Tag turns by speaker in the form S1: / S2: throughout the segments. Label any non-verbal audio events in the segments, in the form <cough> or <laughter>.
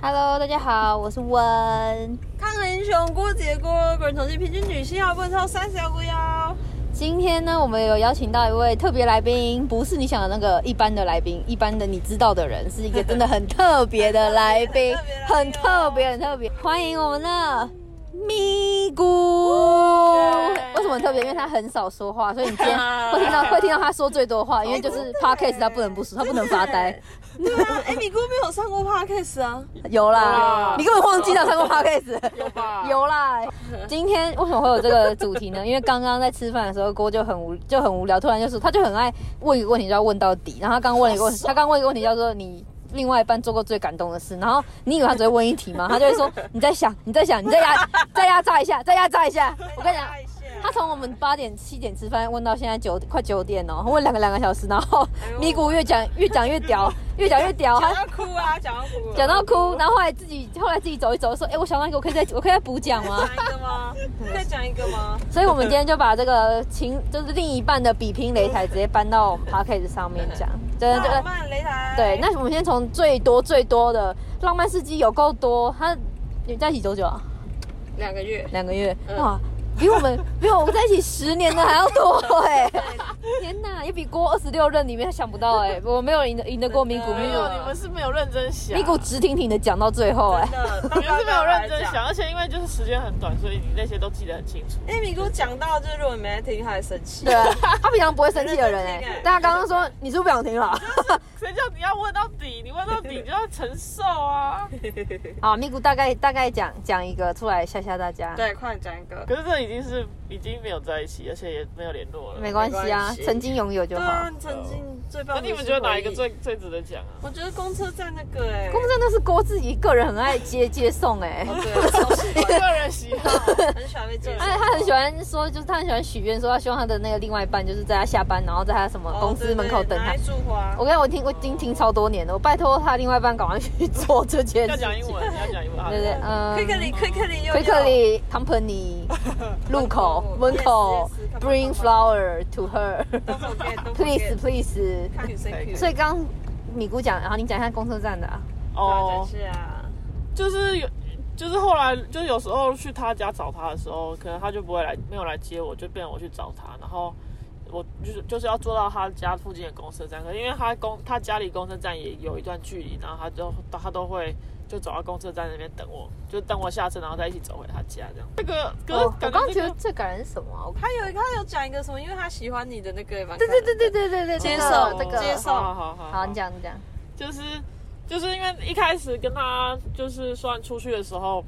S1: Hello，大家好，我是温。
S2: 抗衡英雄郭杰郭个人统计平均女性要问超三十幺个幺，，
S1: 今天呢，我们有邀请到一位特别来宾，不是你想的那个一般的来宾，一般的你知道的人，是一个真的很特别的来宾很
S2: 很
S1: 特
S2: 特
S1: 别，
S2: 别
S1: 很特别。欢迎我们的咪咕。为什么很特别？因为他很少说话，所以你今天会听到会听到他说最多话，因为就是 podcast 他不能不说，他不能发呆。
S2: 对
S1: <laughs>
S2: 啊，哎、米姑没有上过 podcast 啊，
S1: 有
S3: 有
S1: 啦
S3: 啦，
S1: 你根本忘记了上过 podcast。
S3: 有
S1: <laughs>
S3: 吧？
S1: 有啦，今天为什么会有这个主题呢？因为刚刚在吃饭的时候，郭就很无就很无聊，突然就说他就很爱问一个问题，就要问到底。然后他刚问了一个问题，他刚问一个问题叫做你。另外一半做过最感动的事，然后你以为他只会问一题吗？他就会说你在想，你在想，你再压，再压榨一下，再压榨一下。我跟你讲，他从我们八点七点吃饭问到现在九快九点哦，问两个两个小时，然后
S2: 呦
S1: 咪咕越讲越讲越屌，越讲越屌，他
S2: <laughs> 讲到哭啊，讲到哭了，
S1: 讲到哭，然后后来自己后来自己走一走，说：“哎、我想到一个，我可以再我可以再补讲吗 <laughs>
S2: 讲一个吗？再讲一个吗？？”
S1: 所以，我们今天就把这个情，就是另一半的比拼擂台，直接搬到我们 p o d c a s t 上面讲。真的，这
S2: 浪
S1: 个
S2: 漫擂台，
S1: 对。那我们先从最多最多的浪漫司机有够多，他你在一起多久啊？
S3: 两
S1: <laughs>
S3: 个月，
S1: 两个月，
S3: 嗯
S1: 哇，比我们 <laughs> 比我们在一起十年的还要多 <laughs> 哎、天哪，也比郭二十六任里面想不到哎、我没有赢啊得赢得过咪咕，
S2: 真的
S1: 咪
S3: 没有，
S1: 咕
S3: 你们是没有认真想，
S1: 咪咕直挺挺的讲到最后哎、
S2: 真的，
S3: <laughs> 你
S2: 你
S3: 们是没有认真想，。而且因为就是时间很短，所以你那些都记得很清楚。
S2: 哎、米姑讲到就是，如果你没在听，她还生气。
S1: 对啊，他平常不会生气的人
S2: <laughs> 真的
S1: 哎
S2: 真的。
S1: 大家刚刚说你是不是不想听啊了？
S3: 谁叫你要问到底？你问到底就要承受
S1: <laughs>
S3: 啊！
S1: 好，咪咕大概大概讲讲一个出来吓吓大家。，
S2: 对，快讲一个。
S3: 可是这已经是已经没有在一起，而且也没有联络了。
S1: 没关系啊
S2: 没关，系
S1: 曾经拥有就
S2: 对
S1: 好。
S2: 啊，曾经最棒
S3: 那
S2: 的。
S3: 你们觉得哪一个？最最值得
S1: <laughs>
S3: 讲啊？
S2: 我觉得公车站那个、哎，
S1: 公真的是郭自己个人很爱接接送
S2: <laughs>
S1: 哎、
S2: 哦对，超喜
S3: 我
S2: 欢
S3: 个人喜好，
S2: 很喜欢被接
S1: <laughs>
S2: 送。
S1: 哎，他很喜欢说，就是他很喜欢许愿，说他希望他的那个另外一半，就是在他下班，然后在他什么公司门口等他
S2: 哦对对拿。一束花。
S1: 我跟你讲，我听我已经听超多年了，我拜托他另外一半赶快去做这件
S3: 要
S1: 事情
S3: 讲。
S1: <laughs>
S3: 英文，你要讲英文。
S1: 对对，嗯
S2: Quickly, quickly, 又
S1: Quickly
S2: <laughs>
S1: company 路口门口
S2: Yes, yes,
S1: bring flower to her
S2: 都 <laughs> forget, 都
S1: please
S2: forget
S1: please。
S2: 看女生 Q，
S1: 所以刚刚米姑讲，然后你讲一下公车站的啊，
S3: 哦，
S2: 是啊，
S3: 就是有，就是后来就有时候去他家找他的时候，可能他就不会来，没有来接我，就变成我去找他，然后我就是就是要坐到他家附近的公车站，可是因为他公他家离公车站也有一段距离，然后他就他都会。就走到公车站那边等我，就等我下车，然后再一起走回他家这样。这个可
S1: 哦
S3: 是
S1: 我
S3: 嗯感
S1: 刚刚
S3: 觉
S1: 觉得
S3: 这个
S1: 最感人是什么啊？我
S2: 他有他有讲一个什么，因为他喜欢你的那个，
S1: 对对对对对对对，
S2: 接
S1: 这个
S2: 受
S1: 这个
S2: 接受
S3: 好好好，
S1: 好，你讲你讲，
S3: 就是就是因为一开始跟他就是算出去的时候，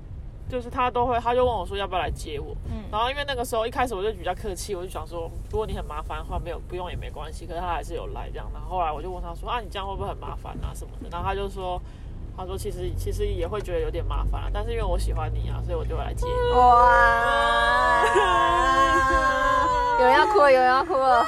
S3: 就是他都会，他就问我说要不要来接我。
S1: 嗯
S3: 然后因为那个时候一开始我就比较客气，我就想说，如果你很麻烦的话，没有不用也没关系。可是他还是有来这样。然后后来我就问他说啊，你这样会不会很麻烦啊什么的？然后他就说。他说：“其实其实也会觉得有点麻烦啊、但是因为我喜欢你啊，所以我就来接你。
S2: 哦啊
S1: 哇， <laughs> 有人要哭了，有人要哭了
S2: 啊，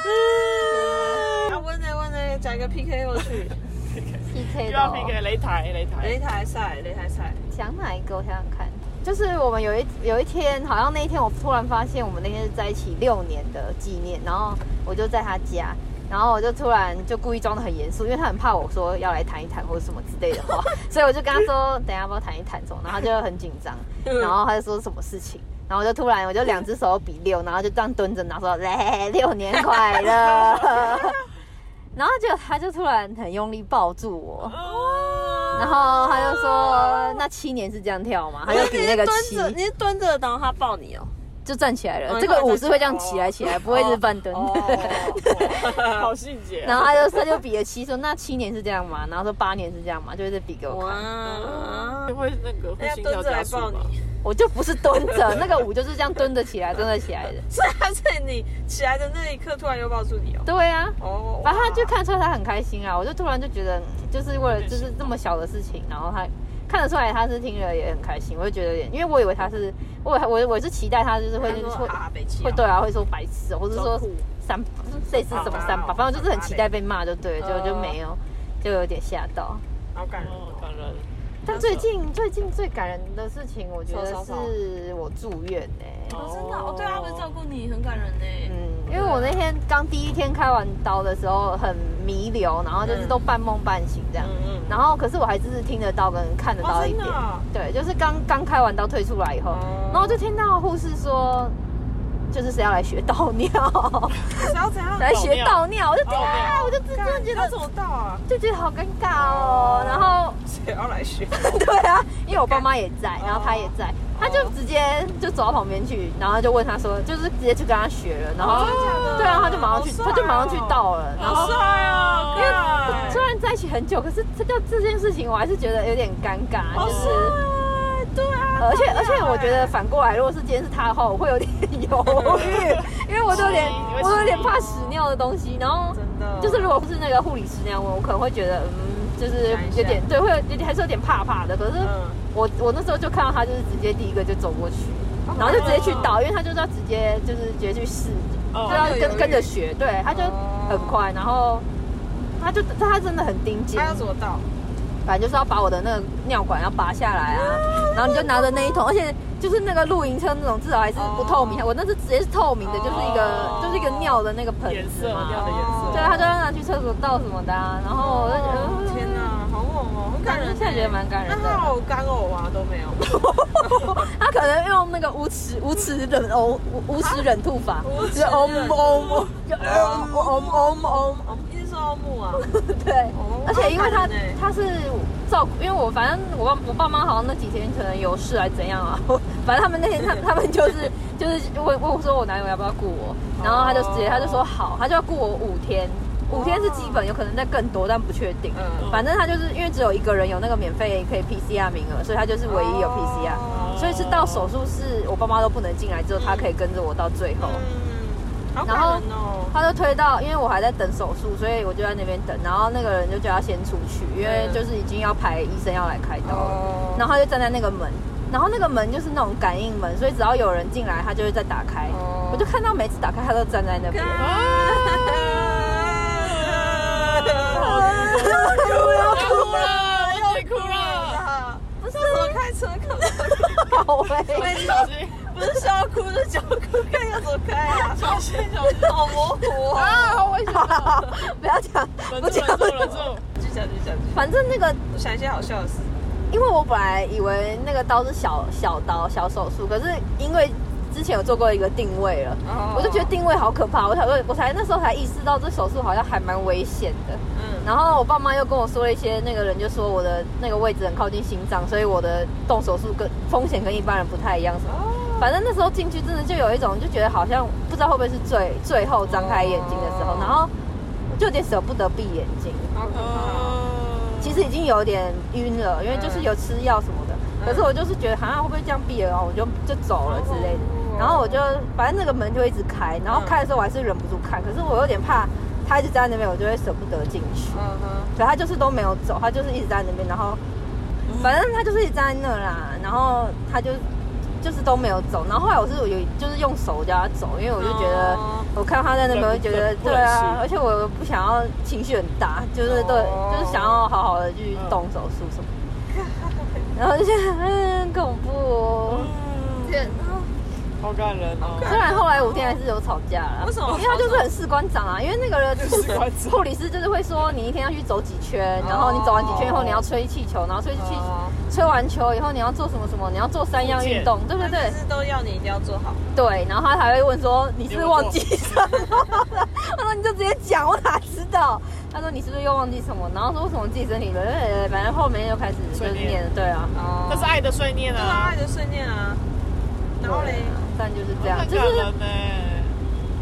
S2: 温呢温呢，讲一个 PK 过
S1: <laughs>
S2: 去，
S1: ，PK 的
S3: 又要
S1: 哦
S3: PK 擂台擂台，
S2: 擂台赛擂台赛，
S1: 讲哪一个？我想想看，就是我们有一有一天，好像那一天我突然发现，我们那天是在一起六年的纪念，然后我就在他家，然后我就突然就故意装得很严肃，因为他很怕我说要来谈一谈或者什么之类的话，所以我就跟他说，等一下要不要谈一谈什么，然后他就很紧张，然后他就说什么事情。然后我就突然，我就两只手比六，然后就这样蹲着，然后说：“ <laughs> 来，六年快乐。”然后就他就突然很用力抱住我，
S2: 哦
S1: 然后他就说：“那七年是这样跳吗？”他就比那
S2: <laughs>
S1: 个
S2: 你是
S1: 七
S2: 哦蹲着，你是蹲着，然后他抱你哦，
S1: <laughs> 就站起来了。
S2: 哦
S1: 这个舞是会这样
S2: 你
S1: 起
S2: 说
S1: 来
S2: 的
S1: 起来，不会是半蹲。
S3: <laughs>
S2: 哦
S3: 好细节、
S1: <laughs>
S3: 啊
S1: 然后他就他就比了七，说：“那七年是这样吗？”然后说：“八年是这样吗？”就是比给我
S2: 哦
S1: 看。
S2: 哇，
S3: 会那个会
S2: 人家
S3: 心跳
S2: 蹲着
S3: 加
S2: 来
S3: 速
S2: 抱
S3: 吗？
S2: 你，
S1: 我就不是蹲
S2: <laughs>
S1: 着，那个舞就是这样蹲着起来，蹲着起来的。
S2: 是还是你起来的那一刻突然又抱住你哦，
S1: 对啊，
S2: 哦，
S1: 反正他就看出来他很开心啊。我就突然就觉得，嗯就是为了就是这么小的事情，然后他。看得出来，他是听了也很开心，我就觉得有点，因为我以为他是，我我我是期待他就是会
S2: 他说
S1: 会
S2: 啊，被气
S1: 会对啊，会说白痴、哦，或者说
S2: 装酷
S1: 三类似什么三八，
S2: 啊
S1: 反正就是很期待被骂，就对，就
S2: 嗯
S1: 就没有，就有点吓到。
S2: 好感人哦，
S3: 哦，感人。
S1: 但最近最近最感人的事情，我觉得
S2: 说说说
S1: 是我住院哎、
S2: 哦哦真的哦，对啊，会照顾你，很感人呢，
S1: 嗯，因为我那天刚第一天开完刀的时候很弥留，然后就是
S2: 嗯
S1: 都半梦半醒这样。
S3: 嗯嗯
S1: 然后可是我还只是听得到跟看得到一点。
S2: 哦真的啊
S1: 对，就是刚刚开完刀退出来以后，
S2: 哦
S1: 然后就听到护士说，就是谁要来学倒
S2: <laughs>
S1: 尿，
S2: 是要怎样？
S1: 来学倒
S3: 倒
S1: 尿，我就听
S3: 哦
S1: 啊，我就真
S2: 干
S1: 的觉
S2: 要
S1: 得
S2: 怎么到啊？
S1: 就觉得好尴尬哦。然后
S2: 谁要来学？
S1: 对啊，因为我爸妈也在，然后他也在，他就
S2: 哦
S1: 直接就走到旁边去，然后就问他说，就是直接去跟他学了，然后、
S2: 哦真的假的
S1: 对啊，他就马上去，
S2: 好
S1: 他
S2: 帅
S1: 就马上去
S2: 哦
S1: 倒了，然后
S2: 好帅哦！
S1: 因为
S2: 干
S1: 虽然在一起很久，可是这就这件事情我还是觉得有点尴尬，
S2: 好
S1: 就
S2: 帅
S1: 是。，
S2: 对啊，
S1: 而且
S2: 真的
S1: 而且，我觉得
S2: 哎
S1: 反过来，如果是今天是他的话，我会有点犹豫，因为我都有点
S3: 你会
S1: 我都有点
S3: 迟疑
S1: 怕屎尿的东西。然后
S2: 真的
S1: 就是如果不是那个护理师那样问，我可能会觉得嗯，就是
S2: 想一下
S1: 有点对，会有点还是有点怕怕的。可是
S2: 嗯
S1: 我我那时候就看到他就是直接第一个就走过去，
S2: 哦
S1: 然后就直接去倒，因为他就是要直接就是直接去试，
S3: 哦
S1: 就要
S2: 有有
S1: 跟
S2: 有哦
S1: 跟着学，对，他就很快，然后他就他真的很盯紧
S2: 他，要怎么到？
S1: 反正就是要把我的那个尿管要拔下来啊，然后你就拿着那一桶，而且就是那个露营车那种，至少还是不透明，
S2: 哦
S1: 我那是直接是透明的，就是一个
S2: 哦
S1: 就是一个尿的那个盆
S3: 颜
S1: 子
S3: 色
S1: 嘛
S3: 掉，的颜色，
S1: 对，他就让他去厕所倒什么的、啊，
S2: 哦
S1: 然后我就觉得。嗯
S2: 天哪，好猛哦，很感人。
S1: 现在觉得蛮感人的
S2: 那他有干呕啊都 <laughs> 没有，
S1: 他可能用那个无耻无耻忍呕无无耻忍吐法，
S2: 无耻
S1: 就
S2: 忍
S1: 嗡嗡嗡，就嗡
S2: 哦
S1: 嗡嗡嗡，
S2: 一直说到木 <laughs> 啊，
S1: 对
S2: 哦，
S1: 而且因为他
S2: 好感人欸
S1: 他是照顾，因为我反正我爸我爸妈好像那几天可能有事还是怎样啊， <laughs> 我反正他们那天他他们就是 <laughs> 就是问问我说我男友要不要雇我，然后他就直接
S2: 哦
S1: 他就说好，他就要雇我五天，五天是基本，有可能再更多，但不确定。
S2: 嗯
S1: 反正他就是因为只有一个人有那个免费可以 PCR 名额，所以他就是唯一有 PCR，、
S2: 哦
S1: 所以是到手术室我爸妈都不能进来，只有他可以跟着我到最后。
S2: 哦嗯，好
S1: 然后
S2: 感人哦，
S1: 他就推到，因为我还在等手术，所以我就在那边等。然后那个人就叫他先出去，因
S3: 嗯
S1: 为就是已经要排医生要来开刀了。
S2: 哦
S1: 然后他就站在那个门，然后那个门就是那种感应门，所以只要有人进来，他就会再打开。
S2: 哦
S1: 我就看到每次打开，他都站在那边。 <laughs>
S2: 啊！
S3: 我要哭了，我要哭了，
S1: 不是
S2: 怎么开车可
S1: 好哎、
S3: 不小心，
S2: 不是笑哭是脚哭，看要怎么开啊？
S3: 小心小心，
S2: 好模糊啊！
S3: <laughs> 啊，好危险啊！
S1: <laughs> 不要讲，
S3: 忍
S1: 不讲
S3: 住忍住。忍住，
S2: 继续讲，继续讲，继续讲
S1: 反正那个，
S2: 我想一些好笑的事。
S1: 因为我本来以为那个刀是小小刀、小手术，可是因为之前有做过一个定位了，
S2: 哦
S1: 我就觉得，定位好可怕，我才我我才那时候才意识哦到这手术好像还蛮危险的。
S2: 嗯，
S1: 然后我爸妈又跟我说了一些，那个人就说我的那个位置很靠近心脏，所以我的动手术跟风险跟一般人不太一样什么。
S2: 哦
S1: 反正那时候进去真的就有一种就觉得好像不知道会不会是最最后张开眼睛的时候
S2: 哦，
S1: 然后就有点舍不得闭眼睛，
S2: 好可怕哦。
S1: 其实已经有点晕了，因为就是有吃药什么的。可是我就是觉得好像会不会这样闭了，然后我就就走了之类的。然后我就反正那个门就一直开，然后开的时候我还是忍不住看，可是我有点怕他一直站在那边，我就会舍不得进去。
S2: 嗯哼，
S1: 可他就是都没有走，他就是一直在那边，然后
S2: 嗯
S1: 反正他就是一直在那啦，然后他就就是都没有走，然后后来我是有就是用手叫他走，因为我就觉得、
S2: 哦
S1: 我看他在那边，我
S3: 忍
S1: 就觉得
S3: 忍不
S1: 对
S3: 忍
S1: 啊，
S3: 心
S1: 而且我不想要情绪很大，就是对，
S2: 哦
S1: 就是想要好好的去动手术什么的，然后就觉得嗯恐怖、哦。
S3: 好感人哦，
S1: 虽然后来五天还是有吵架啦，
S2: 为什么
S1: 因为他就是很士官长啊，因为那个护
S3: 士官长
S1: 护理师就是会说你一天要去走几圈，然后你走完几圈以后你要吹气球，然后吹气
S2: 哦
S1: 吹完球以后你要做什么什么，你要做三样运动，对不对
S2: 但？是都要你一定要做好。
S1: 对，然后他还会问说你是不是忘记什么了？我说你就直接讲，我哪知道？他说你是不是又忘记什么？然后说为什么自己身体软呃反正后面又开始就是
S3: 碎念
S1: 念了，对啊，
S2: 哦
S3: 这是爱的碎念
S2: 对啊，
S3: 啊
S2: 爱，的瞬间啊。然后嘞，
S1: 但就是这样，
S3: 很
S1: 就
S3: 感
S1: 是
S3: 人呢，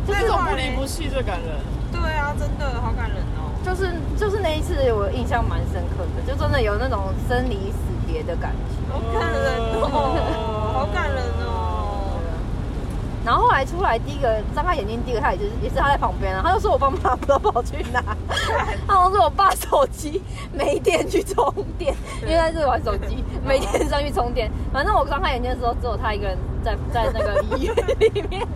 S1: 就是
S3: 这种不离不弃最感人，
S2: 对啊，真的好感人哦。
S1: 就是就是那一次，我印象蛮深刻的，就真的有那种生离死别的感觉。
S2: 好感人哦，好感人哦。
S1: 然后后来出来，第一个张开眼睛，第一个他也就是也是他在旁边啊，他就说我爸妈不知道跑去哪，他好像是我爸手机没电去充电，因为他是玩手机，没电上去充电。反正我张开眼睛的时候，只有他一个人在在那个医院里面，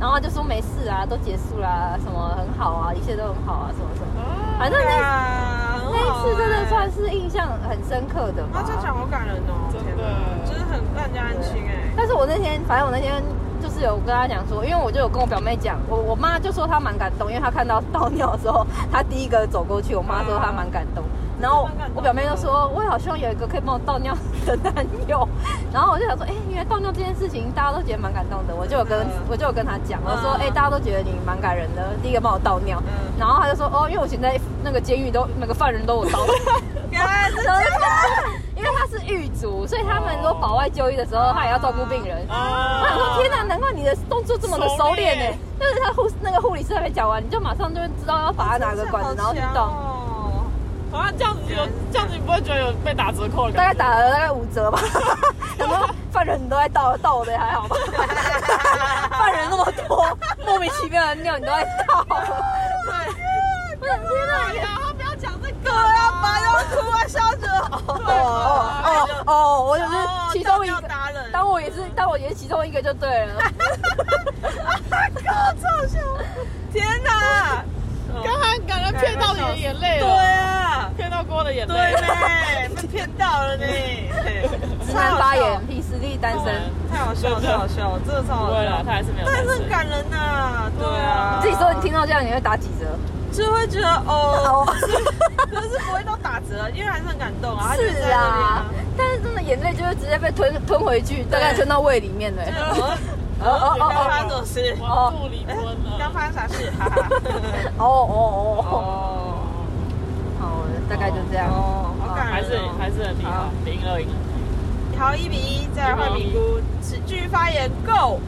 S1: 然后他就说没事啊，都结束啦、什么很好啊，一切都很好啊，什么什么。
S3: 啊，
S1: 反正那
S2: 啊
S1: 那一次真的算是印象很深刻的吧
S2: 那。这样讲好感人哦，
S3: 真的
S2: 天哪就是很让人家安心哎。
S1: 但是我那天，反正我那天就是有跟他讲说，因为我就有跟我表妹讲，我我妈就说她蛮感动，因为她看到倒 <laughs> 尿的时候，她第一个走过去，我妈说她蛮感动。然后
S2: 啊蛮感动
S1: 我表妹就说，我也好希望有一个可以帮我倒尿的男友。然后我就想说，哎、原来倒尿这件事情大家都觉得蛮感动的，我就有跟
S2: 真的
S1: 我就有跟她讲，我说，
S2: 嗯
S1: 哎、大家都觉得你蛮感人的，第一个帮我倒尿。
S2: 嗯
S1: 然后她就说，哦，因为我以前在那个监狱都每个犯人都有倒。
S2: 原来是这
S1: 真
S2: 样
S1: 的，因为他是狱卒，所以他们如果保外就医的时候，他也要照顾病人。我想说，
S3: 啊
S1: 天哪，难怪你的动作这么的熟练呢、就是他护那个护理师还没讲完，你就马上就会知道要拔哪个管子，然后去动。
S2: 哦
S3: 啊，这样子有这样子，你不会觉得有被打折扣的
S1: 大概
S3: 感觉？
S1: 打了大概五折吧，然后犯人都在倒，倒我的也还好吧。犯人那么多，莫名其妙的尿你都在倒，我想天哪！
S2: 呀，他不要讲这个啊，拔要哭啊，笑着。
S1: 哦哦哦哦，我就是其中一
S2: 哦
S1: 个
S2: 倒尿达人，
S1: 当我也是，当我也是其中一个就对了。
S2: 天哪！
S1: 哦
S3: 刚才感
S1: 哎
S3: 觉骗到你的眼泪
S2: 对
S3: 了，
S2: 啊，
S3: 骗到郭的眼
S2: 对
S3: 泪。
S2: 嘞，被骗到
S1: <laughs>
S2: 了呢。
S1: 直
S2: 直
S1: 男发言，屁实力单身，
S2: 太好笑了，太好笑了，真的超
S3: 不
S2: 好
S3: 会啦，
S2: 笑
S3: 他。还是没有。
S2: 但是很感人呐，对啊。
S1: 自己说你听到这样你会打几折？
S2: 就会觉得哦，
S1: <laughs> 哦，
S2: 可是不会到打折，因为还是很感动啊。
S1: 是啊，但是真的眼泪就会直接被吞吞回去，大概吞到胃里面了。
S2: 他
S1: <laughs>
S2: 就在那边啊
S1: 哦哦
S2: 刚
S1: 哦
S2: 发生什么事？
S3: 我度离婚了。
S2: 哎刚发生啥事？哈
S1: <laughs>
S2: 哈。
S1: 哦哦哦，
S2: 哦
S1: 好，大概就这样。
S2: 哦，好感人哦，
S3: 还是还是很厉害
S2: 好，
S3: 零了赢了。
S2: 好一比一，再来换评估，持续发言 Go。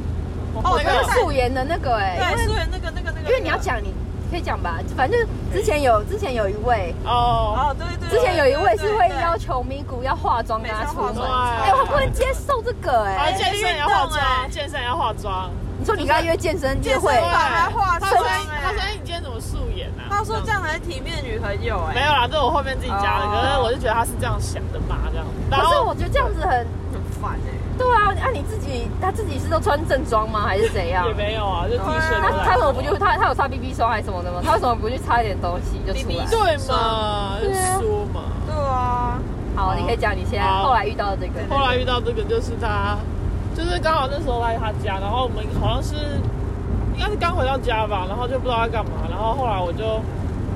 S1: 哦，
S3: 那
S1: 那
S3: 个
S1: 个素颜的那个哎，因
S2: 对，
S1: 为
S2: 素颜那个那个那个，
S1: 因为你要讲，你可以讲吧，反正之前有之前有一位。
S3: 哦，
S2: 哦，对对
S1: 之
S2: 对，
S1: 前有一位是会要
S2: 求，
S1: 求咪咕要化妆跟他出门，
S2: 每次要
S3: 化妆
S1: 哎、我不能接受这个哎、
S3: 而健身也要化
S2: 运动哎
S3: 妆，健身也要化妆。
S1: 你说你跟他约健身约
S2: 健身
S1: 会，
S2: 对房还化
S3: 他
S2: 妆
S3: 说
S2: 哎
S3: 他说哎你今天怎么素颜啊？嗯
S2: 他说这样才是体面女朋友
S3: 没
S2: 哎，
S3: 有啦，这是我后面自己加的。
S2: 哦
S3: 可是我就觉得他是这样想的嘛，这样。然
S1: 可是
S3: 后
S1: 我觉得这样子很
S2: 很烦哎，
S1: 对啊，那、你自己他自己是都穿正装吗？还是怎样
S3: 也？没有啊，就 T 恤
S1: 他
S3: 都
S1: 他为什么不就他他有擦 BB 霜还是什么的吗？他为什么不去擦一点东西就出来
S2: BB？
S3: 对嘛，就
S1: 对啊
S3: 输嘛。
S2: 对啊，
S1: 好，你可以讲你现在
S3: 好
S1: 后来遇到的这个。
S3: 后来遇到这个就是他，就是刚好那时候来他家，然后我们好像是应该是刚回到家吧，然后就不知道要干嘛，然后后来我就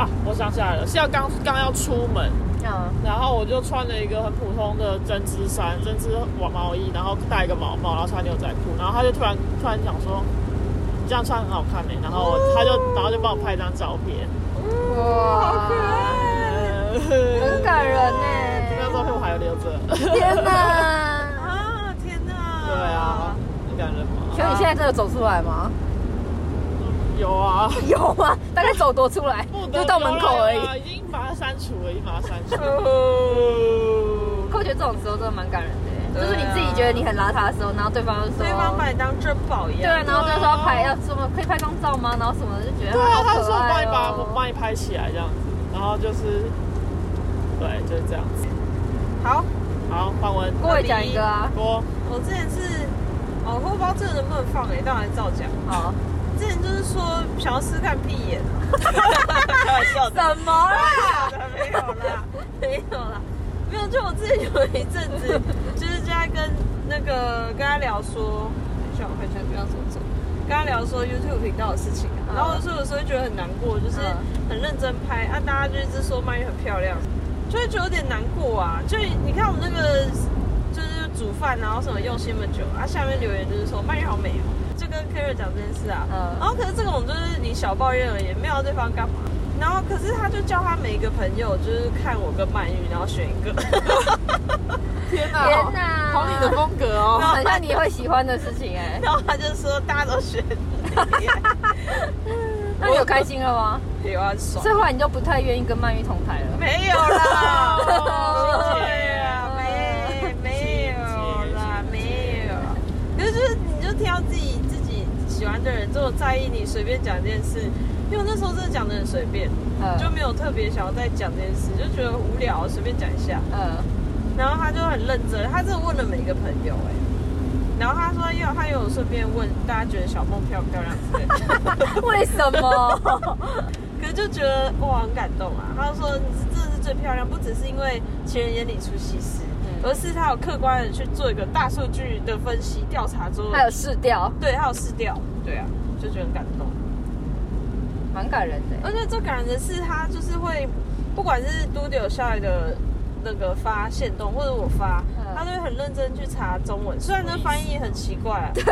S3: 啊，我想起来啊了，是要刚刚要出门，
S1: 嗯，
S3: 然后我就穿了一个很普通的针织衫、针织毛毛衣，然后戴一个毛帽，然后穿牛仔裤，然后他就突然突然想说，你这样穿很好看呢、欸然后我他就然后就帮我拍一张照片，
S1: 哇，很感人欸
S3: <laughs> 那
S1: 呢、
S3: 张照片我还留着。
S1: 天哪！
S2: 啊天哪，
S3: 对啊，，很感人吗？
S1: 请问你现在真的走出来吗？ <laughs>
S3: 有啊。
S1: 有吗？大概走多出来
S3: 不，得
S1: 就到门口而已
S3: 了。啊啦，已经把它删除了，已经把它删除
S1: <laughs>
S3: 了。
S2: 哦，
S1: 可我觉得这种时候真的蛮感人的耶，
S2: 对啊
S1: 就是你自己觉得你很邋遢的时候，然后对方就说，
S2: 对方把你当珍 <laughs> 宝一
S1: 对啊，
S2: 样，
S1: 然后就说要拍要什么可以拍张照吗？然后什么的就觉得
S3: 对啊，他
S1: 好
S3: 就
S1: 可
S3: 说我帮
S1: 爱
S3: 你把我帮
S1: 哦。
S3: 你拍起来这样子，然后就是，对，就是这样子。
S2: 好，
S3: 好，换文
S1: 跟我也讲一个啊，
S3: 郭，
S2: 我之前是，哦，我不知道这个能不能放哎，但我还是照讲。
S1: 好，
S2: 之前就是说想要试看屁
S1: <laughs>
S2: 眼、啊，开玩笑的，
S1: 什么啦？
S2: 没有啦，没有啦，没有。就我之前有一阵子， <laughs> 就是在跟那个跟他聊说，哎等一下我看一下不要走走，跟他聊说 YouTube 频道的事情、啊，
S1: 嗯
S2: 然后所以有时候觉得很难过，就是
S1: 嗯
S2: 很认真拍，啊，大家就一直说曼玉很漂亮，就会觉得有点难过啊。就你看我们那个就是煮饭啊然后什么用心的酒啊，下面留言就是说曼玉好美哦，就跟 k a r 讲这件事啊。
S1: 嗯
S2: 然后可是这个我们就是你小抱怨而已，没有要对方干嘛。然后可是他就叫他每一个朋友就是看我跟曼玉，然后选一个。 <laughs>
S3: 天哪
S1: 天哪，
S3: 好你的风格哦。
S1: 很像你会喜欢的事情哎。
S2: 然后他就说大家都选
S1: 那你有开心了吗？
S2: 你， <laughs> 有很爽
S1: 所。以后来你就不太愿意跟曼玉同台了。
S2: 没有啦，
S1: 哦
S2: 对啊，没没有啦，没有。可是就是你就挑自己自己喜欢的人，这么在意你随便讲一件事，因为我那时候真的讲的很随便，
S1: 呃
S2: 就没有特别想要再讲这件事，就觉得无聊，随便讲一下。
S1: 呃，
S2: 然后他就很认真，他真的问了每一个朋友哎、然后他说要，他有顺便问大家觉得小梦漂不漂亮之类的。
S1: 为什么？
S2: 可是就觉得哇很感动啊！他就说你是真的是最漂亮，不只是因为情人眼里出西施，
S1: 嗯
S2: 而是他有客观的去做一个大数据的分析调查之后，
S1: 还有试调，
S2: 对，还有试调，对啊，就觉得很感动。
S1: 蛮感人的。
S2: 而且最感人的是，他就是会，不管是都柳下来的那个发现动，或者我发，
S1: 嗯
S2: 他都会很认真去查中文，虽然那翻译很奇怪、啊，
S1: 对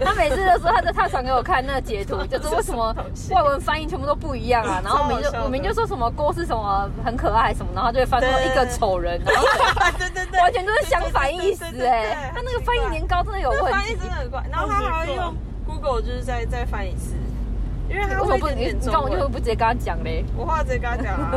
S1: 他每次都说他的他传给我看那个截图，就是为什么外文翻译全部都不一样
S2: <laughs>
S1: 啊？然后我们就
S2: 超好笑的
S1: 我们就说什么郭是什么很可爱什么，然后就会翻说
S2: 对
S1: 一个丑人，然后
S2: 对对对，
S1: 完全就是相反意思
S2: 对对对对对
S1: 哎。他那个翻译年糕真的有
S2: 那
S1: 问
S2: 翻译
S1: 题
S2: 真。的很怪，然后他还会用 Google 就是再再翻一次，因为他
S1: 为什么
S2: 会一
S1: 不
S2: 点
S1: 你
S2: 点
S1: 你
S2: 中
S1: 看我就会
S2: 文，
S1: 不直接跟他讲嘞？
S2: 我话直接跟他讲
S1: <laughs>
S2: 啊，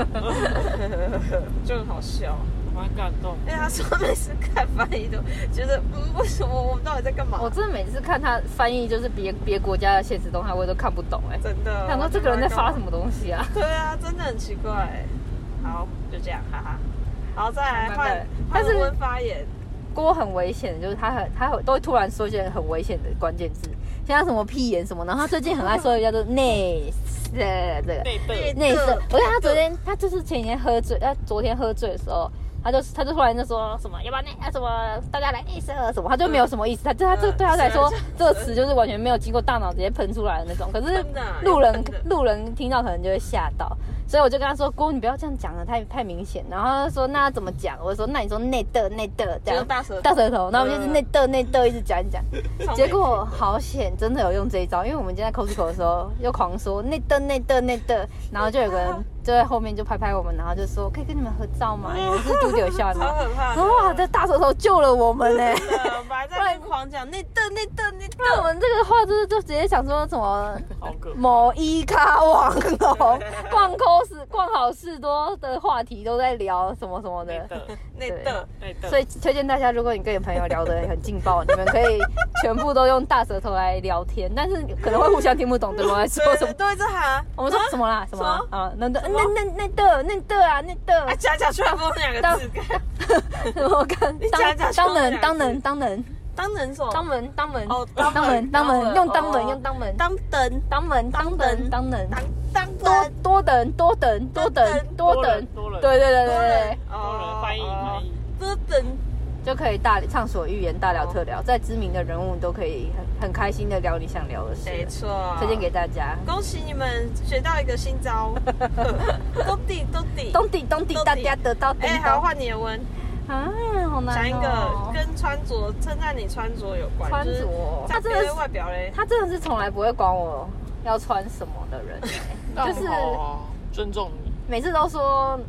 S2: 就很好笑。
S3: 蛮感动。
S2: 因为他说每次看翻译都觉得，嗯，为什么我们到底在干嘛？
S1: 我真的每次看他翻译就是别别国家的现实动态，我也都看不懂哎。
S2: 真的
S1: 想说这个人在发什么东西啊？
S2: 对啊，真的很奇怪。欸好，就这样，哈哈。好，再来
S1: 慢慢
S2: 换
S1: 来
S2: 换
S1: 但是
S2: 文文发言，
S1: 锅很危险，就是他很他很都会突然说一些很危险的关键字，像什么屁眼什么，然后他最近很爱说的叫做内射这个
S3: 内
S2: 对
S3: 背
S1: 内射。我看他昨天他就是前几天喝醉，他昨天喝醉的时候。他就他就突然就说什么，要不要内啊什么，大家来内射什么，他就没有什么意思，他就他这
S2: 嗯
S1: 对他来说
S2: 是啊
S1: 这个词就是完全没有经过大脑直接喷出来的那种，可是
S2: 真的啊
S1: 路人
S2: 真的
S1: 路人听到可能就会吓到，所以我就跟他说郭你不要这样讲了，啊太太明显。然后他就说那要怎么讲？我就说那你说内的内的这
S2: 就
S1: 样
S2: 是，大舌
S1: 大
S2: 头，
S1: 舌头，然后我们就是内斗内斗一直讲一讲，
S2: 超
S1: 结果好险，真的有用这一招，因为我们今天在 Costco 的时候又狂说内斗内斗内斗，然后就有个
S2: <laughs>
S1: 人就在后面就拍拍我们，然后就说可以跟你们合照吗？ <laughs> 你们是嘟丢笑
S2: 超
S1: 吗？
S2: 可怕的。
S1: 哇，这大舌头救了我
S2: <laughs>
S1: 们呢、
S2: 真的，我们还在那边狂讲那的那的那
S1: 那我
S2: 的，
S1: 们这个话就是就直接想说什么
S3: 好可怕。
S1: 某一咖网红逛 cos 逛好事多的话题都在聊什么什么
S3: 内
S1: 的，
S3: 的
S1: 啊
S2: 那的。
S3: 内的，
S1: 所以推荐大家，如果你跟你朋友聊得很劲爆，你们可以全部都用大舌头来聊天，但是可能会互相听不懂对方在说什么
S2: 对，。都一直喊啊，
S1: 我们说什么啦？什么啊
S2: 什
S1: 啊？那的那那那的那的啊那
S2: <laughs> 啊，
S1: 的，
S2: 假假旋风两个字，
S1: 我看
S2: 你
S1: 当
S2: 讲讲
S1: 当
S2: 说
S1: 门
S2: 两
S1: 当
S2: 次
S1: 门当门
S2: 当人手，
S1: 当门当门
S2: 哦
S1: 当门当门用当门
S2: 哦
S1: 用当门
S2: 当灯，
S1: 当门当门
S2: 灯
S1: 当门
S2: 当当
S1: 多
S2: 灯，
S1: 多等多等多等
S2: 灯
S1: 多
S3: 多
S1: 等
S3: 人多人
S1: 对对对对
S2: 多
S1: 对
S2: 人，
S3: 多
S1: 哦
S3: 人翻译翻译，
S2: 哦多灯，
S1: 就可以大畅所欲言大聊特聊，在知名的人物你都可以很很开心的聊你想聊的事
S2: 没。错，
S1: 推荐给大家。
S2: 恭喜你们学到一个新
S1: <laughs>
S2: 招，都底都底。
S1: 咚底咚底，
S2: 咚底
S1: 大家得到叮
S2: 哎、好，
S1: 咚
S2: 换你的问，
S1: 啊，好难、哦。
S2: 讲一个跟穿着称赞你穿着有关，
S1: 穿
S2: 就是
S1: 着，
S2: 在
S1: 他
S2: 别
S1: 真的是
S2: 人外表嘞，
S1: 他真的是从来不会管我要穿什么的
S2: <laughs>
S1: 人，欸
S3: 但
S1: 就是
S3: 好啊尊重
S1: <laughs>
S3: 你。
S1: 每次都说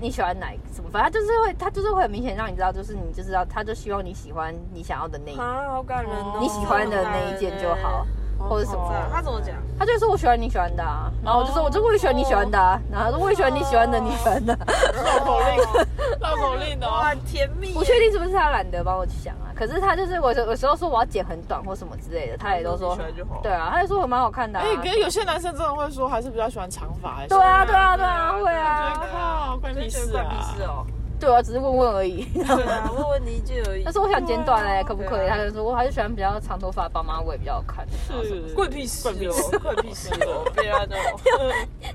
S1: 你喜欢哪一个什么，反正他就是会他就是会很明显让你知道，就是你就知道他就希望你喜欢你想要的那一、
S2: 啊，好感人哦，
S1: 你喜欢的那一件就好，或者什
S2: 真的
S1: 么
S2: 很感人。欸。他怎么讲？
S1: 他就说我喜欢你喜欢的、啊，然后我就
S2: 哦
S1: 说我就会喜欢你喜欢的、啊，然后他说我也喜欢你喜欢的你喜欢的、
S3: 绕口令，绕口令的哦
S2: 哇，很甜蜜耶。
S1: 不确定是不是他懒得帮我去想啊，可是他就是我有有时候说我要剪很短或什么之类的，他也都说
S2: 你喜欢就好
S1: 对啊，他就说我蛮好看的、啊。
S3: 哎，可是有些男生真的会说，还是比较喜欢长发。还是
S1: 对啊，对啊，对
S2: 对
S1: 啊，
S2: 啊
S1: 会
S3: 觉
S1: 啊
S3: 得，靠，关
S2: 真
S3: 你屁
S2: 觉得
S3: 事
S2: 关屁
S3: 啊！
S2: 事哦。
S1: 对啊，只是问问而 <laughs> 已。
S2: 对啊，问问你一句而已。
S1: 他说我想剪短嘞，可不可以？
S2: 对啊
S1: 他就说我还是喜欢比较长头发，绑马尾比较好看。
S3: 是
S2: 啊关屁事
S3: 关屁
S2: 哦，
S3: 事，
S2: 关屁事
S1: <laughs>
S2: 哦，不要那种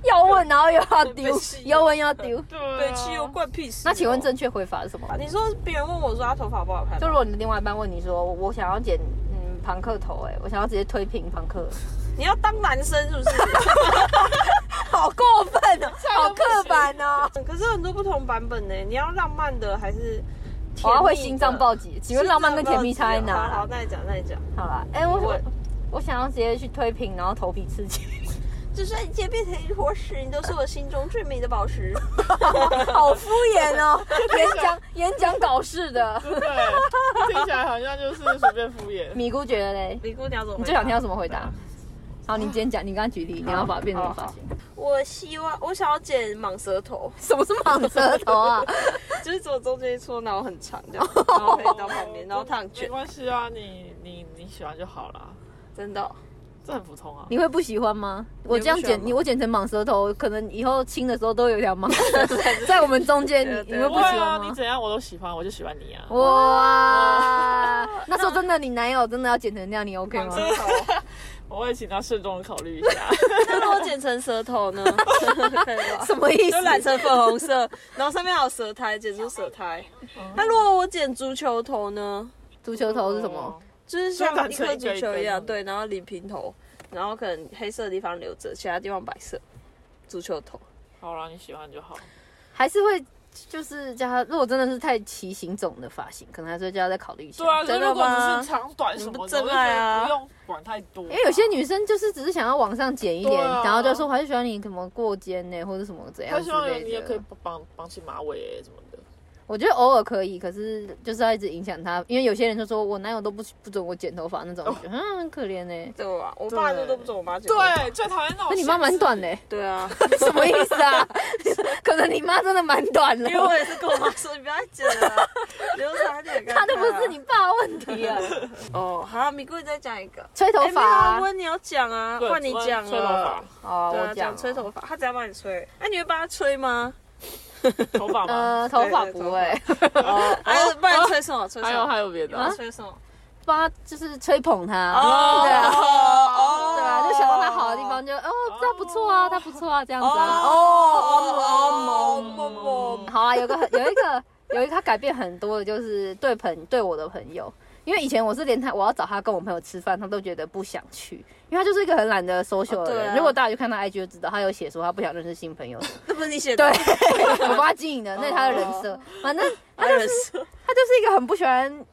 S1: 要问，然后又要丢 <laughs>
S2: 被气，
S1: 要问又要 <laughs> 丢。
S3: 对啊，
S2: 被气又关屁事哦。
S1: 那请问正确回法是什么？
S2: 你说别人问我说他头发不好看吗，
S1: 哦就如果你的另外一半问你说，我想要剪嗯庞克头，哎，我想要直接推平庞克，
S2: 你要当男生是不是？
S1: <laughs>
S2: <laughs>
S1: 好过分 <laughs> 哦，好刻板哦。
S2: 可是很多不同版本呢，你要浪漫的还是甜蜜的？
S1: 我要会心脏暴击，请问浪漫跟甜蜜差在哪
S2: 好好，
S1: 啊？
S2: 那你讲，那你讲，
S1: 好啦，哎，我我
S2: 我
S1: 我想要直接去推平，然后头皮刺激，
S2: 就算你今天变成一坨屎，你都是我心中最美的
S1: <laughs>
S2: 宝石。
S1: <laughs> 好敷衍哦， <laughs> 演讲演讲搞事 <laughs> 的。
S3: 对，听起来好像就是随便
S2: <laughs>
S3: 敷衍。
S1: 米姑觉得嘞，
S2: 李姑娘怎么？
S1: 你最想听到什么回答？好，你今天讲，你刚刚举例，你要把它变成发型，
S2: 我希望我想要剪蟒蛇头，
S1: 什么是蟒蛇头啊？ <laughs>
S2: 就是走中间一撮，然后很长这样，然后可以到旁
S1: <laughs>
S2: 边，然后烫
S3: 哦没
S2: 卷，
S3: 关系啊，你你你喜欢就好啦，
S2: 真的哦、
S3: 这很普通啊。
S1: 你会不喜欢吗？我
S2: 会不
S1: 这样
S2: 喜欢
S1: 剪，
S2: 吗
S1: 你我剪成蟒蛇头，可能以后亲的时候都有一条蟒蛇 <laughs> 在我们中间，
S2: 对
S1: 你
S2: 对
S1: 你会不
S3: 会
S1: 喜
S3: 啊，
S1: 欢
S3: 你
S1: 吗？
S3: 怎样我都喜欢，我就喜欢你啊。
S2: 哦
S1: <laughs> 哇，那时候真的你男友真的要剪成那样，你 OK 吗？
S2: 蟒蛇头，
S3: 我会请他慎重的考虑一下。
S2: <laughs> 那如果剪成舌头呢？可以吧
S1: 什么意思
S2: 就？染成粉红色，然后上面还有舌苔，剪出舌苔。那如果我剪足球头呢？
S1: 足球头是什
S3: 哦
S1: 么？
S2: 哦就是像
S3: 就染
S2: 一
S3: 成
S2: 颗
S3: 一
S2: 足
S3: 个
S2: 球一
S3: 一个
S2: 样，
S3: 的
S2: 对，然后领平头，然后可能黑色的地方留着，其他地方白色，足球头。
S3: 好啦，你喜欢就好。
S1: 还是会就是叫他，如果真的是太奇形种的发型，可能还是会叫他再考虑一下。
S3: 对啊，可是
S2: 真的
S3: 如果
S2: 吗
S3: 只是长短什
S2: 你
S3: 么
S2: 不
S3: 的，我
S2: 真
S3: 就觉
S2: 爱
S3: 得
S2: 啊
S3: 不用管太多啊吧。
S1: 因为有些女生就是只是想要往上剪一点，
S3: 对啊
S1: 然后就说我还是喜欢你什么过肩呢、或者什么怎样
S3: 她
S1: 之
S3: 希望你
S1: 类
S3: 也可以
S1: 的。
S3: 绑绑起马尾欸什么的。
S1: 我觉得偶尔可以，可是就是要一直影响她，因为有些人就说我男友都不不准我剪头发那种，我
S3: 哦
S1: 觉得嗯很可怜呢、
S2: 对吧？我爸就都不准我妈剪。，
S3: 对，最讨厌那种。
S1: 那你妈蛮短的、
S2: 对啊， <laughs>
S1: 什么意思啊？ <laughs> 可能你妈真的蛮短了
S2: 因，为我也是跟我妈说，你不要剪了，留长一点看看啊。
S1: <laughs> 她都不是你爸的问题啊。
S2: 哦。好，米贵再讲一个。
S1: 吹头
S2: 哎，没
S1: 发
S2: 有
S1: 啊、
S2: 啊，温你要讲啊，
S3: 对
S2: 换你讲
S3: 吹头发
S2: 了。，
S1: 哦，
S2: 对啊
S1: 我讲
S2: 讲吹头发，他只要帮你吹。那你会帮他吹吗？
S3: 头发吗？
S1: 呃，头发
S2: 对对
S1: 不会，
S2: 哦，还有帮你吹什么？吹什
S3: 还有
S2: 么？
S3: 还有别的
S2: 帮
S3: 啊
S2: 他，吹什么？
S1: 帮他就是吹捧他。
S2: 哦
S1: 对啊，
S2: 哦
S1: 对啊，就想到他好的地方就哦，他不错啊，他不错啊，这样子啊。
S2: 哦
S1: 哦，
S2: 哦哦哦哦！
S1: 好啊，有个很有一个有一个他改变很多的，就是对朋对我的朋友。因为以前我是连他我要找他跟我朋友吃饭，他都觉得不想去，因为他就是一个很懒得 social 的
S2: 哦对
S1: 人。
S2: 啊
S1: 如果大家去看他 IG 就知道，他有写说他不想认识新朋友什么的
S2: 那不是你写
S1: 对 <laughs>
S2: 的，，
S1: 我帮他经营的，那是他的人设。反
S2: <laughs>
S1: 正他
S2: 他
S1: 就
S2: 就是是
S1: 他就是一个很不喜欢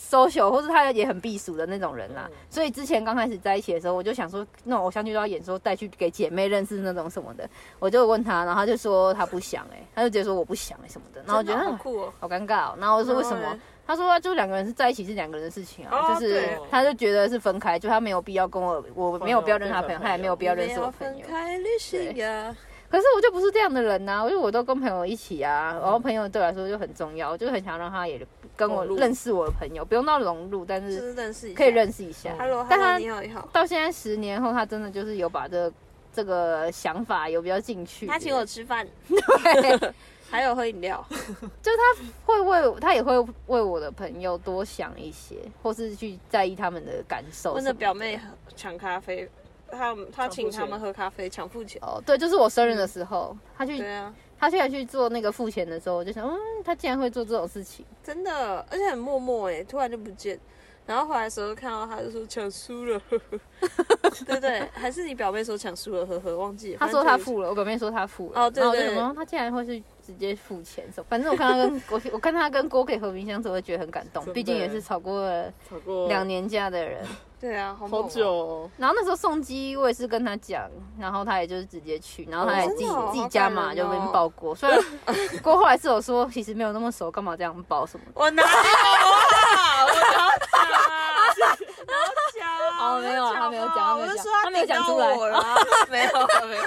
S1: social，或是他也很避暑的那种人啦。所以之前刚开始在一起的时候，我就想说，那种偶像剧都要演说带去给姐妹认识那种什么的，我就问他，然后他就说他不想、欸，他就直接说我不想、欸、什么的，然后我觉得
S2: 好
S1: 嗯
S2: 酷哦。
S1: 好尴尬、哦。然后我就说为什
S2: 然后
S1: 么
S2: 嘞？
S1: 他说啊就两个人是在一起是两个人的事情啊，
S2: 哦
S1: 就是
S2: 对
S1: 他就觉得是分开，就他没有必要跟我，我没有必要认识他朋友，他也没有必要认识我朋
S2: 分
S1: 友。
S2: 开旅行呀。
S1: 可是我就不是这样的人呐、因为我都跟朋友一起啊，然后朋友对我来说就很重要，我就很想让他也跟我
S3: 融入
S1: 认识我的朋友，不用到融入，但
S2: 就是是认识一下，
S1: 可以认识一下。
S2: Hello，
S1: 但
S2: Hello，
S1: 他
S2: 你好，你好。
S1: 到现在十年后，他真的就是有把这个这个想法有比较进去。
S2: 他请我吃饭，
S1: 对，
S2: 还有喝饮料。
S1: 就是他会为我他也会为我的朋友多想一些，或是去在意他们的感受。
S2: 问的表妹。抢咖啡，他他请他们喝咖啡，抢付钱。
S1: 哦，对，就是我生日的时候，他去
S2: 对啊，
S1: 他居然去做那个付钱的时候，我就想，嗯，他竟然会做这种事情。
S2: 真的，而且很默默哎，突然就不见。然后回来的时候看到他就说抢输了，呵呵
S1: <laughs>
S2: 对对，还是你表妹说抢输了，呵呵，忘记了。
S1: 他说他
S2: 反正就
S1: 付了，我表妹说他付了。
S2: 哦对
S1: 然后我
S2: 对
S1: 就想说他竟然会去直接付钱什么？反正我看他跟我我看他跟郭给和平相处，我就觉得很感动
S3: 真，的
S1: 毕竟也是吵过
S2: 哦
S1: 了
S3: 超过
S1: 两年架的人。
S2: 是对啊，好猛
S3: 好
S2: 哦
S3: 久哦。
S1: 然后那时候送机我也是跟他讲，然后他也就是直接去，然后他也自己、
S2: 哦真的哦
S1: 自己加码
S2: 好感
S1: 就
S2: 人哦
S1: 被爆锅。虽然锅后来是有说其实没有那么熟，干嘛这样爆什么的。
S2: 我哪有啊？我哪有讲啊？哪有讲啊？
S1: 哦没有啊他没有讲他没有
S2: 我
S1: 讲
S2: 就说
S1: 他没有讲出来
S2: 顶到我了，没有没有。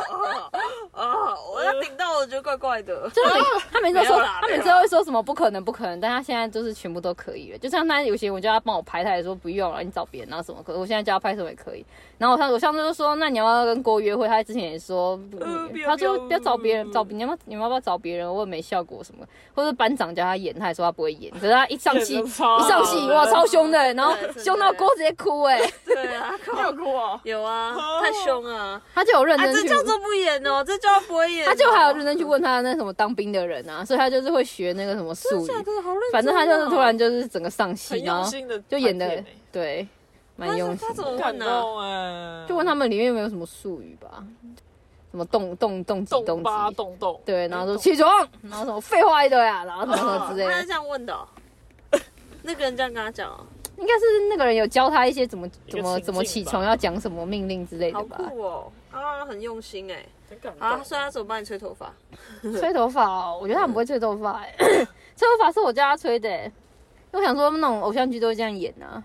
S2: 哦，我要顶到我觉得怪怪的。
S1: 就是每他每次都
S2: 没
S1: 说，
S2: 有啦
S1: 他每次
S2: 没
S1: 都
S2: 有啦
S1: 会说什么不可能不可能，但他现在就是全部都可以了。就像他有些我叫他帮我拍，他也说不用了，你找别人啊什么。可我现在叫他拍什么也可以。然后我上我上次就说，那你要不要跟郭约会？他之前也说，
S2: 呃不
S1: 你
S2: 要
S1: 他说
S2: 不要
S1: 不要找别人，找你要不要你要不要找别人？我也没效果什么，或者班长叫他演，他也说他不会演。可是 <laughs> 他一上戏，
S3: 演得超好
S1: 一上戏哇
S3: 的
S1: 超凶的，然后
S2: 对真的
S1: 凶到郭直接哭哎，
S2: 对啊，
S3: 你有哭哦？
S2: 有啊，太凶啊！
S1: 他就有认
S2: 啊，
S1: 真
S2: 这
S1: 去
S2: 叫做不演哦，这叫不会演
S1: 哦
S2: 哦。
S1: 他就还有认真去问他那什么当兵的人啊，所以他就是会学那个什么术语
S2: 真的。假的好认真哦
S1: <laughs> 反正他就是突然就是整个上戏，
S3: 很
S1: 然
S3: 用
S1: 后
S3: 心的，欸
S1: 就演的对，蛮用心
S2: 他怎
S1: 的。
S2: 么
S3: 感
S2: 问呢？
S3: 动哎。
S1: 就问他们里面有没有什么术语吧，什么动动动几
S3: 动
S1: 动
S3: 吧
S1: 几，
S3: 动动，
S1: 对，然后说起床，然后什么废话一堆啊，然后什么什
S3: <laughs>
S1: 么之类
S2: 他是
S1: 的。
S2: 这样问
S1: <laughs>
S2: 的哦。那个人这样跟他讲哦，
S1: 应该是那个人有教他一些怎么
S3: 一
S1: 怎
S3: 个
S1: 么
S3: 情境
S1: 怎么起
S3: 吧
S1: 床要讲什么命令之类的
S2: 好
S1: 吧。
S2: 酷哦，啊，很用心哎。
S3: 很感动。
S2: 啊，所以他怎么帮你吹头发？
S1: 吹头发哦，我觉得他们不会吹头发、<coughs>
S3: <laughs>
S1: 欸，吹头发是我叫他吹的、欸，因为我想说那种偶像剧都会这样演啊。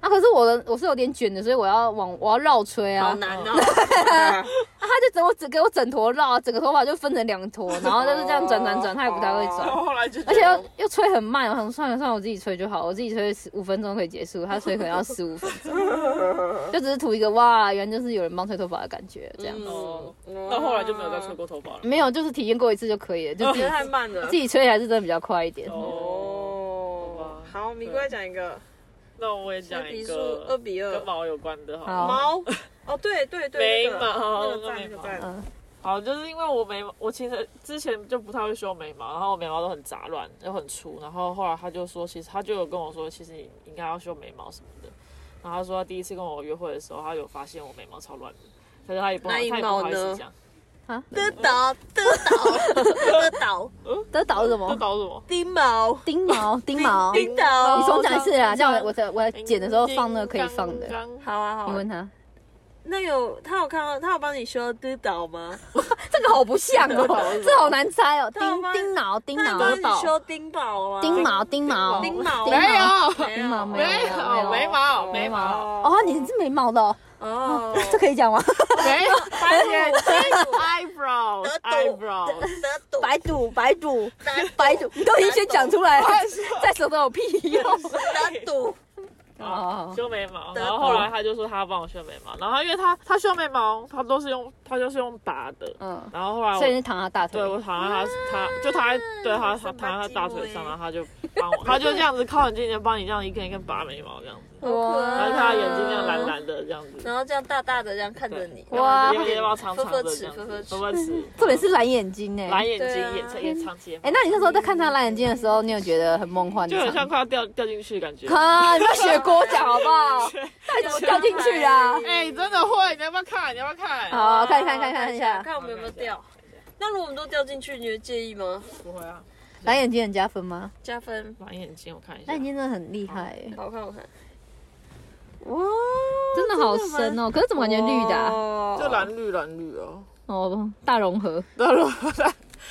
S1: 啊，可是我的我是有点卷的，所以我要往我要绕吹啊，
S2: 好
S1: 啊 <laughs>
S2: 难哦。 <laughs>
S1: 他就整我整给我整坨绕啊，整个头发就分成两
S2: <laughs>
S1: 坨，然后就是这样转转转，他也不太会
S3: 然
S1: 转，
S2: 哦
S3: 后后来就觉得
S1: 而且又又吹很慢，我想算了算了，我自己吹就好，我自己吹十五分钟可以结束，他吹可能要十五分
S2: <laughs>
S1: 钟，就只是图一个哇，原来就是有人帮吹头发的感觉这样，
S2: 嗯
S3: 哦，那后来就没有再吹。过头发了。
S1: 没有就是体验过一次就可以了，就自己
S2: 哦觉 <laughs> 得太慢
S1: <laughs>
S2: 了
S1: 自。己吹还是真的比较快一点。
S2: 哦，好，米哥来讲一个
S3: 那我也讲
S2: 比
S3: 一
S2: 数
S3: 个
S2: 二比二
S3: 跟毛有关的，好了
S1: 好
S2: 毛，哦，对对对，
S3: 眉
S2: 那个
S3: 毛
S2: 那个赞
S3: 那个眉
S2: 那个
S3: 毛
S2: 赞，
S1: 嗯，
S3: 好，就是因为我眉毛，我其实之前就不太会修眉毛，然后我眉毛都很杂乱，又很粗。然后后来他就说，其实他就有跟我说，其实你应该要修眉毛什么的。然后他说，他第一次跟我约会的时候，他有发现我眉毛超乱的，但是他也不好，
S2: 那
S3: 他
S2: 你
S3: 也不好意
S2: 毛
S3: 思
S2: 呢
S3: 讲。
S2: 得倒得倒得倒
S1: <laughs> 这倒是什
S3: 这
S1: 么？
S3: 搞什么？
S2: 丁毛
S1: 丁毛，丁毛。
S2: 丁
S1: 你
S2: 毛，
S1: 重讲一次啊，这样我我在我在剪的时候放那个可以放的。
S2: 好啊好
S1: 你
S2: 啊
S1: 问，他，
S2: 那有他有看到他有帮你修得倒吗？
S1: 这个好不像哦，这好难猜哦。
S2: 他有
S1: 丁
S2: 帮
S1: 丁毛，丁
S2: 他有
S1: 毛，
S2: 帮你修丁宝吗？
S1: 丁毛，丁毛，
S2: 丁毛
S1: 哦丁
S3: 没
S1: 毛。
S3: 有，
S1: 丁哦毛
S3: 没有，眉毛，眉毛，
S1: 哦，你是眉毛的哦，
S2: 哦，
S1: <laughs> 这可以
S3: <laughs>
S1: 讲吗？ <laughs>
S3: 没有，白眼
S2: 我
S3: ，eyebrows，eyebrows，
S2: 得堵
S1: 白肚，白肚，白肚，你都已经先讲出来
S3: 哦
S1: 了， <laughs> 再说都有屁
S3: <laughs>
S1: 用。
S2: 得堵，
S1: 哦，
S3: 修眉毛，
S2: 得
S3: 然后后来他就说他要帮我修眉毛，然后因为他他修眉毛，他都是用他就是用拔的，
S1: 嗯，
S3: 然后后来
S1: 所以
S3: 啊我
S1: 是躺他大腿
S3: 对。我躺在他他就躺在对他他躺在他大腿上，然后他就帮我，他就这样子靠很近的帮你这样一根一根拔眉毛这样子，
S2: 好可爱
S3: 然后他眼睛这样蓝
S2: 的，
S3: 蓝的这样子，
S2: 然后这样大大的这样看着你，
S1: 对哇
S3: 眼睫毛长长的这样
S2: 呵呵
S3: 子，
S2: 齿
S3: 呵呵齿，
S1: 特别是蓝眼睛哎、
S3: 啊蓝眼
S2: 对啊
S3: 睛也长也长睫毛
S1: 哎、，那你那时候在看他蓝眼睛的时候，你有觉得很梦幻的
S3: 就
S1: 场
S3: 很
S1: 景？
S3: 像快要掉掉进去的感觉。
S1: <laughs> 看，你不要学郭讲好不
S3: <laughs>
S1: 好？到底怎么掉进去啦、
S3: 哎，真的会，你要不要看？你要不要看？
S1: 好，看一看，看一看，看一下，
S2: 哎看我们有没有掉。那如果我们都掉进去，你会介意吗？
S3: 不会啊，
S1: <laughs> 蓝眼睛很加分吗？
S2: 加分，
S3: 蓝眼睛我看一下
S1: 蓝眼。睛真的很厉害、
S3: 哦
S1: 欸，
S2: 好看好看。哇，
S1: 真的好深哦、可是怎么感觉绿的、啊？
S2: 哦
S3: 就蓝绿蓝绿 <laughs> 哦，
S1: 哦，大融合。
S3: 对了，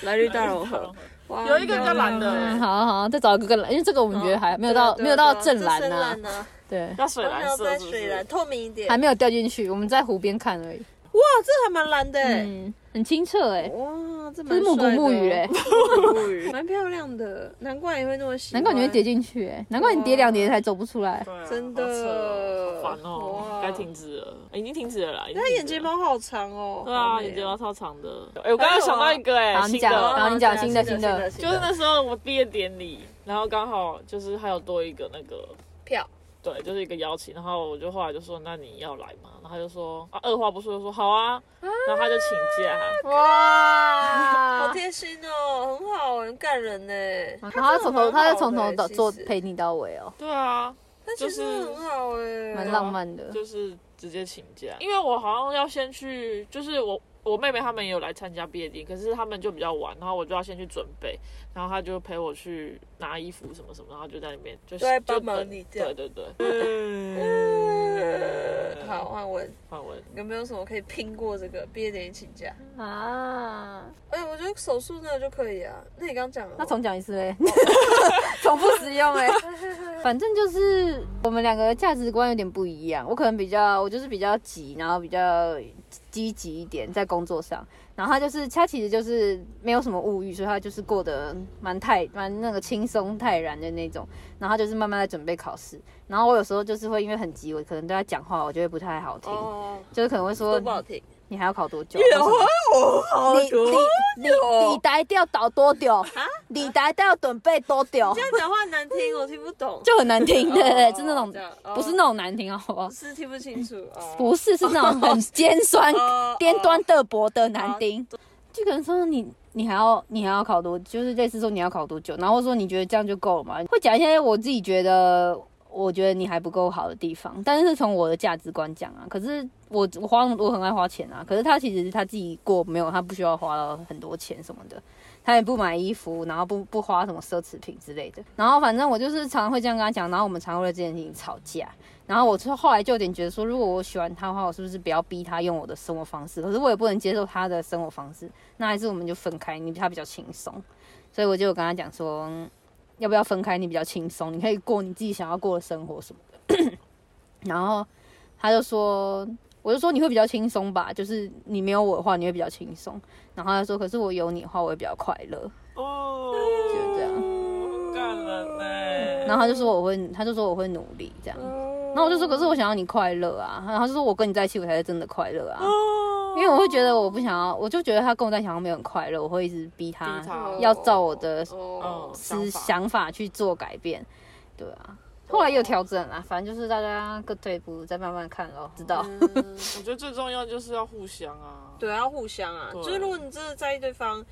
S2: 蓝绿大融合，哇
S3: 有一个比较蓝的
S1: 嗯，好好，再找一个更蓝，因为这个我
S3: 哦
S1: 们觉得还没有
S2: 哦
S3: 啊
S1: 到，没有到正蓝
S2: 呐、
S1: 呐、
S2: 深蓝啊，
S1: 对，
S3: 要水
S2: 我想
S3: 蓝
S2: 要
S3: 色
S2: 再
S3: 是不
S2: 水蓝，
S3: 是？
S2: 透明一点。
S1: 还没有掉进去，我们在湖边看而已。
S2: 哇，这还蛮蓝的哎、
S1: 嗯，很清澈哎、
S2: 嗯哇，这
S1: 这
S2: 蛮
S1: 是
S2: 帅
S1: 木
S2: 的
S1: 骨木鱼哎、
S2: 木骨 <laughs> 鱼，蛮漂亮的，难怪你会那么喜
S1: 难
S2: 欢，
S1: 怪你会跌进去哎、难怪你跌两年才走不出来。
S3: 对啊
S2: 真的
S3: 好扯哦好烦哦
S2: 哇，
S3: 该停止了，哎已经停止了啦。
S2: 它
S3: 他
S2: 眼睫。毛好长哦，
S3: 对啊，
S2: 好美哦
S3: 眼睫毛超长的。哎，我刚刚想到一个哎，
S1: 好，你
S3: 新
S1: 讲，
S3: 的，
S2: 啊
S1: 然后你讲新的新的，
S3: 就是那时候我毕业典礼，然后刚好就是还有多一个那个
S2: 票，
S3: 对，就是一个邀请，然后我就后来就说，那你要来吗？然后他就说，啊，二话不说就说好啊，然后他就请假，
S2: 好
S1: 哇！
S2: 贴心哦，很好，很感人呢。
S1: 然后他从头，
S2: 他
S1: 他
S2: 真的蛮好
S1: 就从头
S2: 的欸
S1: 到
S2: 其实
S1: 做陪你到尾哦，
S3: 对啊，
S2: 但其实
S3: 就是
S2: 很好哎，
S1: 蛮浪漫的。
S3: 就是直接请假，因为我好像要先去，就是我我妹妹她们也有来参加毕业典礼，可是她们就比较晚，然后我就要先去准备，然后她就陪我去拿衣服什么什么，然后就在里面就
S2: 都在
S3: 是
S2: 帮忙你这样
S3: 对对对，嗯，
S2: 呃好，，换文
S3: 换文，
S2: 有没有什么可以拼过这个毕业典礼请假？
S1: 啊，
S2: 哎、我觉得手术那个就可以啊。那你刚讲了，
S1: 那重讲一次
S2: <laughs>
S1: 嘞，重复使用哎。反正就是我们两个的价值观有点不一样，我可能比较，我就是比较急，然后比较积极一点在工作上，然后他就是他其实就是没有什么物欲，所以他就是过得蛮泰蛮那个轻松泰然的那种，然后他就是慢慢在准备考试，然后我有时候就是会因为很急，我可能对他讲话，我觉得不太好听，
S2: 哦，
S1: 就是可能会
S2: 说
S1: 说
S2: 不好听，
S1: 你 <laughs> 还要考多久？哦
S2: 我好
S1: 你你你你待要倒多 <laughs> 久？你待要准备多久？
S2: 这样讲话难听，我听不懂，
S1: <laughs> 就很难听，对对对，
S2: 哦
S1: 是那种
S2: 这样哦
S1: 不是那种难听，啊好不好？
S2: 是听不清楚哦。
S1: 不是，是那种
S2: <laughs>
S1: 很尖酸
S2: 哦、
S1: <laughs> 尖端的薄的难听，就可能说你你还要你还要考多，就是类似说你要考多久，然后说你觉得这样就够了嘛？会讲一些我自己觉得我觉得你还不够好的地方，但是从我的价值观讲啊，可是我我花那么多我很爱花钱啊，可是他其实他自己过没有，他不需要花到很多钱什么的。他也不买衣服，然后不不花什么奢侈品之类的。然后反正我就是常常会这样跟他讲，然后我们常会为这件事情吵架。然后我就后来就有点觉得说，如果我喜欢他的话，我是不是不要逼他用我的生活方式？可是我也不能接受他的生活方式，那还是我们就分开，你他比较轻松。所以我就有跟他讲说，嗯要不要分开？你比较轻松，你可以过你自己想要过的生活什么的。 <coughs> 然后他就说，我就说你会比较轻松吧，就是你没有我的话，你会比较轻松。然后他说，可是我有你的话，我会比较快乐。
S3: 哦，
S1: 就这样
S3: 干了呢，
S1: 哦然后他就说我会，他就说我会努力这样。然后我就
S2: 哦
S1: 说，可是我想要你快乐啊。然后他就说我跟你在一起，我才是真的快乐啊。
S3: 哦
S1: 因为我会觉得我不想要，我就觉得他跟我在一起好像没有很快乐，我会一直逼他
S3: 逼他
S1: 要照我的
S2: 哦，
S3: 嗯
S1: 思
S3: 法
S1: 想法去做改变，对啊。后后来也有调整啦，反正就是大家各退一步，再慢慢看咯。知道？
S2: 嗯
S1: <laughs>
S3: 我觉得最重要就是要互相啊。
S2: 对，要互相啊。
S3: 对
S2: 就是如果你真的在意对方，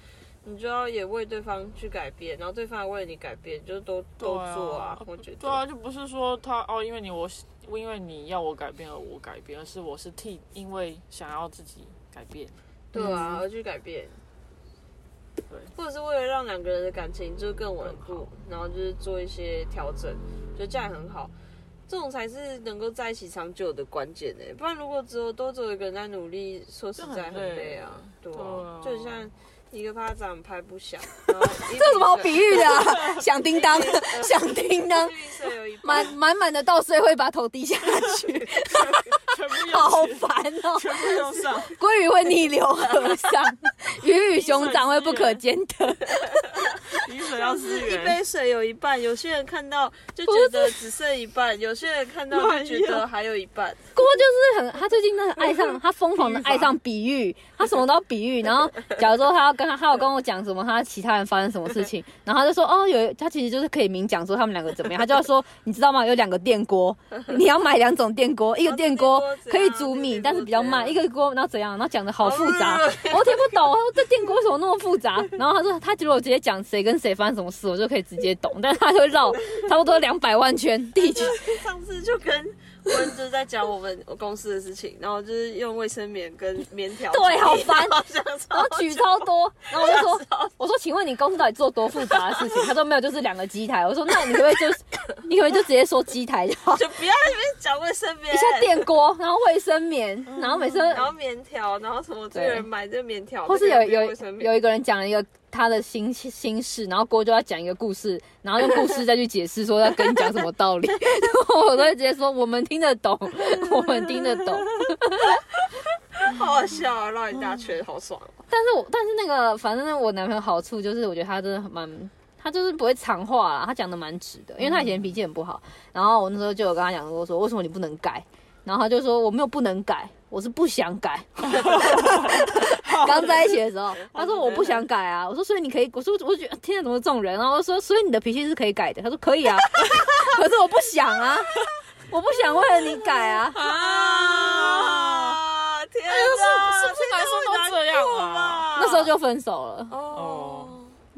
S2: 你就要也为对方去改变，然后对方也为了你改变，就都、都
S3: 对啊
S2: 做啊。我觉得。
S3: 对啊，就不是说他哦，因为你我喜因为你要我改变而我改变，而是我是替因为想要自己改变。
S2: 对啊，而去改变。
S3: 对
S2: 或者是为了让两个人的感情就是更稳
S3: 更
S2: 固
S3: 好，
S2: 然后就是做一些调整，觉得这样也很好。这种才是能够在一起长久的关键呢、不然如果只有都只有一个人在努力，说实在
S3: 这很累
S2: 很累啊。对啊，
S3: 对啊
S2: 就像一个巴掌拍不响，然后这
S1: 这有什么好比喻的、啊？响叮当，响叮当
S2: <laughs> 就，一生有一半
S1: 满，满满的稻穗会把头低下去，
S3: 全部用
S1: 好
S3: 起
S1: 烦哦！
S3: 全部用上，
S1: 鲑鱼会逆流而上，鱼与熊掌会不可兼得。
S3: 雨水要
S2: 就是
S3: 资
S1: <laughs>
S2: 一
S3: 源。
S2: 杯水有一半，有些人看到就觉得只剩一半，有些人看到就觉得还有一半。
S1: 郭就是很，他最近真的很爱上，他疯狂的爱上比喻，他什么都要比喻。然后，假如说他要跟他，他有跟我讲什么，他其他人发生什么事情， <laughs> 然后他就说，哦，有他其实就是可以明讲说他们两个怎么样，他就要说，你知道吗？有两个电锅，你要买两种电锅，一个电锅可以煮米，但是比较慢，一个锅然后怎样，然后讲的好复杂，我听不懂。他说这电锅为什么那么复杂？然后他说，他如果直接讲谁跟谁发生什么事，我就可以直接懂，但是他就会绕差不多两百万圈地球。
S2: <laughs> 上次就跟我们就是在讲我们公司的事情，然后就是用卫生棉跟棉条，
S1: 对好烦
S2: 好想
S1: 然 <laughs>
S2: 超
S1: 后举超多，然后我就说，我说请问你公司到底做多复杂的事情？他说没有，就是两个机台。我说那你可不可以
S2: <laughs>
S1: 就，你可不可以就直接说机台就好？
S2: 就不要在那边讲卫生棉，啊
S1: 一下电锅，然后卫生棉，然后每次，
S2: 嗯然后棉条，然后什么这个人买这个棉条，
S1: 或是
S2: 那个
S1: 有
S2: 人买
S1: 有
S2: 卫生棉
S1: 有一个人讲了一个他的心心事，然后郭就要讲一个故事，然后用故事再去解释说要跟你讲什么道理， <laughs> 然后我都会直接说我们听得懂，我们听得懂。
S2: 好好笑啊，绕一大圈，好爽哦。
S1: 但是我但是那个反正我男朋友好处就是，我觉得他真的很蛮，他就是不会藏话啦，他讲的蛮直的，因为他以前脾气很不好。然后我那时候就有跟他讲过说，为什么你不能改？然后他就说我没有不能改，我是不想改。 <laughs> 刚在一起的时候，他说我不想改啊，我说所以你可以，我说我觉得天哪，怎么这种人啊？然后我说所以你的脾气是可以改的，他说可以啊， <laughs> 可是我不想啊，我不想为了你改啊。
S2: 啊！天哪，
S3: 是是不是
S2: 听着
S3: 男生都这
S2: 会
S3: 样
S2: 难过
S3: 啊
S2: 吧
S1: 那时候就分手了。
S2: 哦。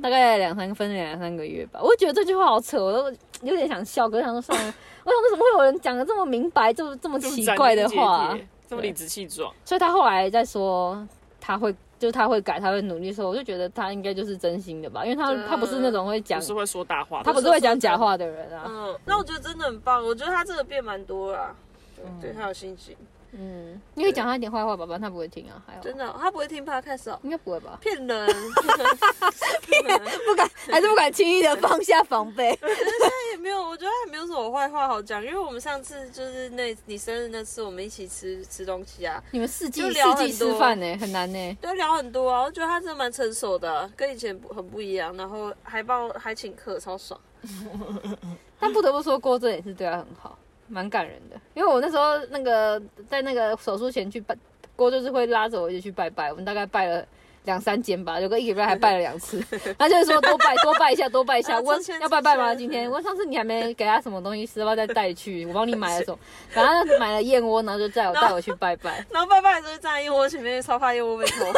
S1: 大概两三分两三个月吧。我觉得这句话好扯，我都有点想笑，可是想说算了。 <laughs> 我想说怎么会有人讲的这么明白，这么这么
S3: 这么
S1: 奇
S3: 斩
S1: 怪
S3: 钉
S1: 的
S3: 截
S1: 话啊、
S3: 铁，这么理直气壮。
S1: 所以他后来在说他会，就是他会改，他会努力的时候，我就觉得他应该就是真心的吧，因为他
S2: 对啊
S1: 他不是那种会讲
S3: 不，是会说大话的，
S1: 他不是会讲假话的人啊。
S2: 嗯，那我觉得真的很棒，我觉得他真的变蛮多啦，对对他有信心，
S1: 嗯，你可以讲他一点坏话吧，不然他不会听啊。还好，
S2: 真的，他不会听 podcast 哦，？
S1: 应该不会吧
S2: 骗人，骗人，
S1: <laughs> 不敢，还是不敢轻易的放下防备。
S2: 也没有，我觉得也没有什么坏话好讲，因为我们上次就是那你生日那次，我们一起吃吃东西啊，
S1: 你们四季
S2: 就聊
S1: 四
S2: 很
S1: 季吃
S2: 多
S1: 饭呢、欸很难呢、
S2: 对，聊很多啊，我觉得他真的蛮成熟的，跟以前不很不一样，然后还帮我还请客，超爽。
S1: 但不得不说，郭真也是对他很好，蛮感人的。因为我那时候那个在那个手术前去拜，郭就是会拉着我一起去拜拜，我们大概拜了。两三间吧，有个一个礼拜还拜了两
S2: <laughs>
S1: 次，他就会说多拜多拜一下，多拜一下。
S2: 啊
S1: 问
S2: 之前
S1: 要拜拜吗？
S2: 之
S1: 今
S2: 前
S1: 天问上次你还没给他什么东西吃，要不要再带去？我帮你买了
S2: <laughs>
S1: 什么？然后他买了燕窝，然后就带我带我去拜拜。
S2: 然后拜拜的时候就站在燕窝前面，超怕燕窝被偷，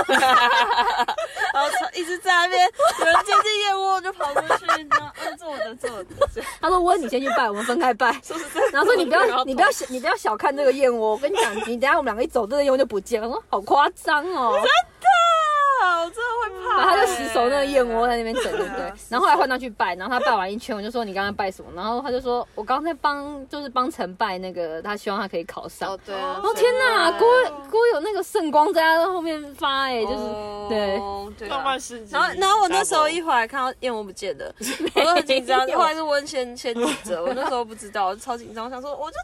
S2: 然后超一直在那边，有人接近燕窝我就跑过去，你知道，嗯，这我的，这我的，这样
S1: 他说温，你先去拜，我们分开拜。
S2: 说实在，
S1: 然后说你不要你不要小你不要小看这个燕窝，我跟你讲，你等一下我们两个一走，这个燕窝就不见了。我说好夸张哦。
S2: 啊，我真的会怕、
S1: <laughs> 然后他就死守那个燕窝在那边整，对不对
S2: 对啊？
S1: 然后后来换他去拜，然后他拜完一圈，我就说你刚刚拜什么？然后他就说我刚才帮就是帮陈拜那个，他希望他可以考上。
S2: 对啊
S1: 哦天哪，郭郭有那个圣光在他后面发哎，就是
S2: 哦
S1: 对，
S2: 对啊
S3: 浪漫世纪。
S2: 然
S1: 嗯
S2: 后，然后我那时候一回来看到燕窝不见
S1: <laughs>
S2: 了，我都很紧张。后来是温先先指责，我那时候不知道，我超紧张，我想说我就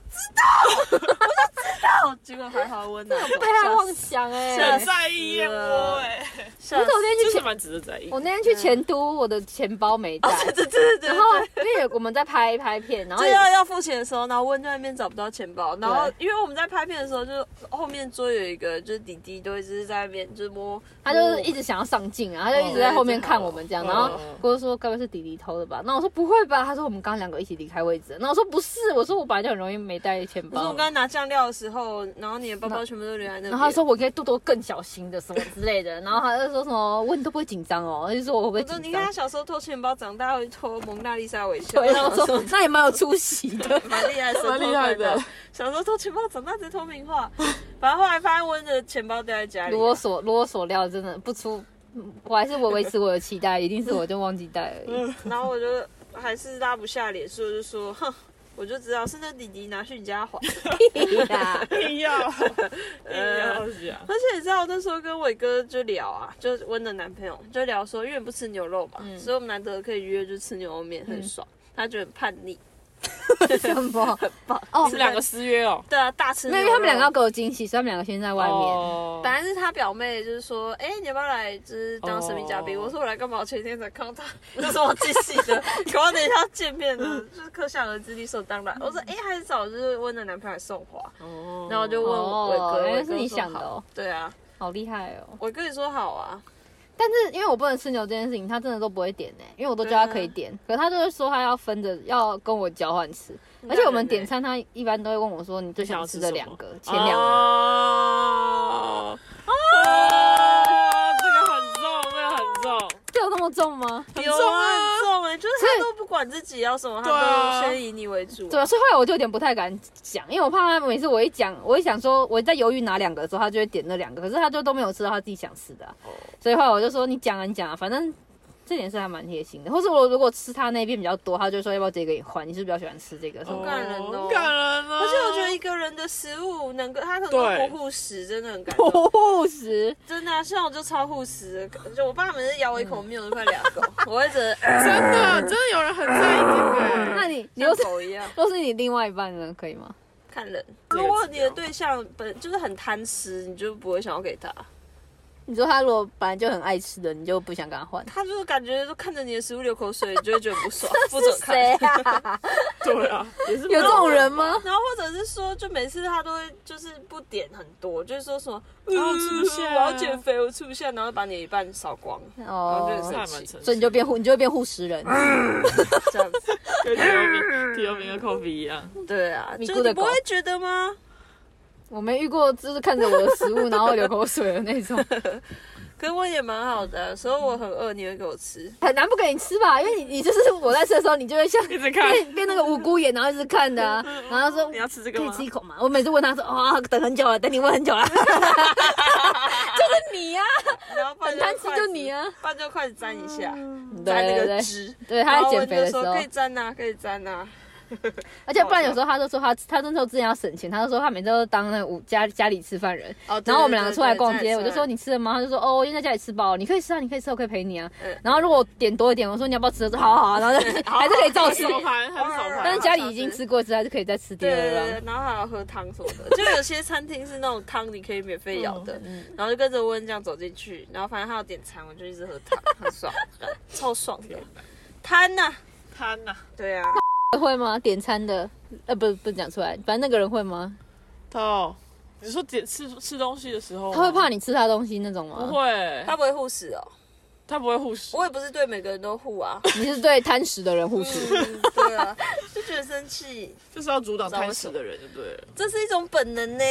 S1: <laughs>
S2: 知道，我就知道，结果还好温拿走。
S1: 被他妄想哎
S3: 很。在意燕窝哎，对，
S2: 是
S1: 可是啊我那天
S3: 就
S1: 去
S3: 是
S1: 前，
S3: 蛮值得在意。
S1: 我那天去前都，我的钱包没带。
S2: 对啊对对对，
S1: 然后因为我们在拍拍片，然后
S2: 就
S1: 也
S2: 要要付钱的时候，然后问在那边找不到钱包，然后因为我们在拍片的时候，就是后面桌有一个就是弟弟，都一直在那边就是摸，
S1: 他
S2: 哦
S1: 就是一直想要上镜啊，他就一直在后面看我们这样，
S3: 嗯
S1: 然后郭说该不会是弟弟偷的吧？那我说不会吧，他说我们刚刚两个一起离开位置，那我说不是，我说我本来就很容易没带钱
S2: 可是我
S1: 包
S2: 刚，才拿酱料的时候，然后你的包包全部都留在那边，
S1: 然后他说我可以多多更小心的什么之类的，然后他就说什么问你都不会紧张哦，他就说我会不会
S2: 我说
S1: 紧
S2: 你看他
S1: 张？
S2: 小时候偷钱包，长大会偷蒙娜丽莎微笑，，
S1: 对，然后我说那也蛮有出息的
S2: <laughs> 蛮厉害，
S3: 蛮厉害的。
S2: 小时候偷钱包，长大直接偷名画。 <laughs> 反正后来发现温的钱包丢在家里，
S1: 如我所如我所料，真的不出，嗯我还是我维持我的期待，一定是我就忘记带而已。
S2: 然后我就 <laughs> 还是拉不下脸，所以我就说，哼，我就知道是那弟弟拿去你家
S1: <laughs>
S2: 还。
S1: 对呀
S2: 嗯
S3: 硬要， <laughs> 硬要讲，
S2: 而且你知道，我那时候跟伟哥就聊啊，就是温的男朋友就聊说，因为你不吃牛肉嘛，
S1: 嗯
S2: 所以我们难得可以约就吃牛肉面，很爽。他觉得很叛逆，
S1: <laughs> 什
S2: <laughs>
S1: 么？
S2: 棒。
S1: 哦
S3: 你们两个私约哦。
S2: 对啊，大吃
S1: 没
S2: 牛
S1: 有，因为
S2: 肉。
S1: 他们两个要给我惊喜，所以他们两个先在外面。
S3: 哦
S2: 本来是他表妹，就是说，哎、你要不要来，就是当神秘嘉宾
S3: 哦
S2: 我说我来干嘛？我前天才看
S3: <laughs>
S2: 到他，那是我惊喜的，可能等一下见面呢，就是可想而知，理所当然。
S3: 嗯
S2: 我说，哎、还是找就是温的男朋友来送花，
S3: 哦
S2: 然后我就问
S1: 哦
S2: 伟哥，
S1: 原来
S2: 伟哥
S1: 是你
S2: 说
S1: 想的
S2: 好
S1: 哦
S2: 对啊，
S1: 好厉害哦！
S2: 伟哥也说好啊，
S1: 但是因为我不能吃牛这件事情，他真的都不会点呢、因为我都叫他可以点， <laughs> 可他就是说他要分着要跟我交换吃，而且我们点餐，他一般都会问我说你最想吃哦的两个，前两个。
S3: 哦，哦这个很重，这个很重，
S1: 这有那么重吗？
S2: 很
S3: 重
S2: 重
S3: 啊
S2: 很重哎、就是
S1: 所以
S2: 他都不管自己要什么，他
S3: 对啊
S2: 都先以你为主。
S1: 对啊，所以后来我就有点不太敢讲，因为我怕他每次我一讲，我一想说我在犹豫哪两个的时候，他就会点那两个，可是他就都没有吃到他自己想吃的啊、所以后来我就说你讲啊，你讲啊，反正这点是还蛮贴心的。或是我如果吃他那边比较多，他就说要不要这个也换，你是不是比较喜欢吃这个什么
S2: 好
S1: 的？
S2: 感人哦
S3: 好感人啊！
S2: 而且我觉得一个人的食物能够，他能够
S3: 对
S2: 不护食，真的很感动。
S1: 不食，
S2: 真的、啊，像我就超护食的，就我爸每次咬我一口面，我就快两
S1: <laughs>
S2: 口，我会觉得、呃、
S3: 真 <laughs> 的，真的有人很在意这个。
S1: 那你你又
S2: 像
S1: 是
S2: 狗一样
S1: 若是你另外一半呢，可以吗？
S2: 看人。
S3: 这个
S2: 如果你的
S3: 指标
S2: 对象本就是很贪吃，你就不会想要给他，
S1: 你说他如果本来就很爱吃的，你就不想跟他换？
S2: 他就是感觉就看着你的食物流口水，你就会觉得
S1: <laughs>
S2: 不爽，不
S1: 是
S2: 准看。
S1: 谁啊？
S3: 对啊，也是
S1: <laughs> 有这种人吗？
S2: 然后或者是说，就每次他都会就是不点很多，就是说什么，
S1: 嗯
S2: 呃
S3: 啊我吃不下
S2: 我要减肥，我吃不下，然后把你一半扫光，然后就是
S1: 哦，
S3: 还蛮诚
S1: 所以
S3: 实
S1: 你就变护，你就会变护食人。
S2: 这样子。
S3: 跟提欧明、提欧明跟 Kobe 一样，
S2: <laughs> 对啊，
S1: <laughs> 咪
S2: 就
S1: 咕
S2: 是
S1: 的
S2: 你不
S1: 狗
S2: 会觉得吗？
S1: 我没遇过，就是看着我的食物然后流口水的那种，
S2: 可是我也蛮好的啊、有时候我很饿，你会给我吃。
S1: 很难不给你吃吧？因为你你就是我在吃的时候，你就会像
S3: 一
S1: 变
S3: 直看，
S1: 变那个无辜眼，然后一直看的、啊，然后说
S3: 你要吃这个
S1: 可以
S3: 吗
S1: 吃？一口吗？我每次问他说哦，等很久了，等你问很久了， <laughs> 就是你呀、啊
S2: 然后不然
S1: 很贪吃
S2: 筷子
S1: 就你啊，
S2: 不然就筷子沾一下，
S1: 啊，
S2: 沾那
S1: 对
S2: 个
S1: 对
S2: 汁。
S1: 对，他在
S2: 然后
S1: 减
S2: 我
S1: 肥的
S2: 就
S1: 时
S2: 说
S1: 候
S2: 可以，沾呐、啊，可以沾呐、啊。
S1: 而且不然有时候他就说他他那时候之前要省钱，他就说他每次都当那五家家里吃饭人。
S2: 哦
S1: 然后我们两个出来逛街，我就说
S2: 你
S1: 你吃了吗？他就说哦，我已经在家里吃饱了，你可以吃啊，你可以吃，我可以陪你啊
S2: 嗯。
S1: 然后如果我点多一点，我说你要不要吃？他说好啊好啊，然后就还是可以照吃，
S3: <laughs> 手盘还是手盘？
S1: 但是家里已经吃过一次，还是可以再吃第
S2: 对
S1: 二
S2: 对
S1: 个
S2: 对
S1: 啊。，
S2: 然后还要喝汤什么
S1: <laughs>
S2: 的，就有些餐厅是那种汤你可以免费舀
S1: 嗯
S2: 的，然后就跟着温这样走进去，然后反正他要点餐，我就一直喝汤，很爽，超爽的。贪呐、
S3: 贪呐，
S2: 对啊，
S1: 会吗？点餐的，呃，不，不讲出来，反正那个人会吗？
S3: 到你说点吃吃东西的时候，
S1: 他会怕？你吃他东西那种
S3: 不
S1: 吗？
S3: 会，
S2: 他不会护食哦，
S3: 他不会护食。
S2: 我也不是对每个人都护啊，
S1: 你是对贪食的人护食，
S2: 嗯，
S1: <laughs>
S2: 对啊，就觉得生气，
S3: 就是要阻挡贪食的人，就对 <laughs> 了。
S2: 这是一种本能呢。